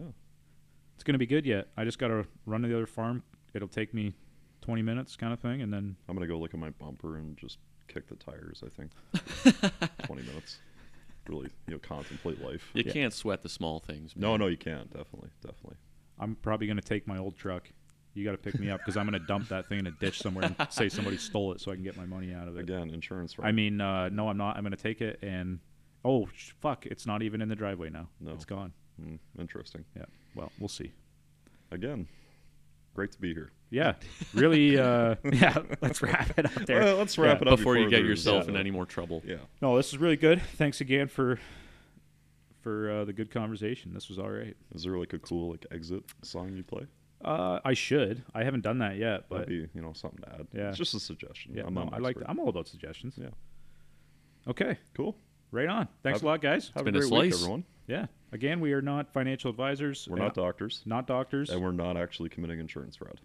S2: it's gonna be good. Yet I just gotta run to the other farm. It'll take me twenty minutes, kind of thing, and then
S3: I'm gonna go look at my bumper and just kick the tires. I think twenty minutes, really, you know, contemplate life.
S4: You
S2: Yeah.
S4: can't sweat the small things.
S3: No, no, you can't. Definitely, definitely.
S2: I'm probably gonna take my old truck. You gotta pick me up because I'm gonna dump that thing in a ditch somewhere and say somebody stole it so I can get my money out of it.
S3: Again, insurance. fraud.
S2: I mean, uh, no, I'm not. I'm gonna take it and oh sh- fuck, it's not even in the driveway now.
S3: No.
S2: it's gone.
S3: Mm, interesting.
S2: Yeah. Well, we'll see.
S3: Again, great to be here.
S2: Yeah. Really. Uh, yeah. Let's wrap it up there.
S3: Well, let's wrap
S2: Yeah.
S3: it up
S4: Before you get
S3: there's,
S4: yourself
S3: uh,
S4: in any more trouble.
S3: Yeah,
S2: No, this is really good. Thanks again for for uh, the good conversation. This was all right.
S3: is there like a cool like exit song you play?
S2: Uh, I should. I haven't done that yet,
S3: That'd
S2: but
S3: be you know something to add.
S2: Yeah.
S3: it's just a suggestion.
S2: yeah,
S3: I'm
S2: no,
S3: not an
S2: I like.
S3: expert.
S2: That. I'm all about suggestions.
S3: Yeah.
S2: Okay.
S3: Cool.
S2: Right on. Thanks
S3: Have-
S2: a lot, guys.
S3: Have
S4: been
S3: a
S4: a
S3: great week,
S4: slice.
S3: everyone.
S2: Yeah. Again, we are not financial advisors.
S3: We're
S2: and
S3: not doctors,
S2: not doctors.
S3: and we're not actually committing insurance fraud.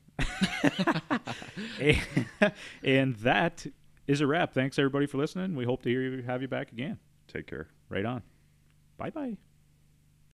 S2: and that is a wrap. Thanks everybody for listening. We hope to hear you, have you back again.
S3: Take care.
S2: Right on. Bye bye.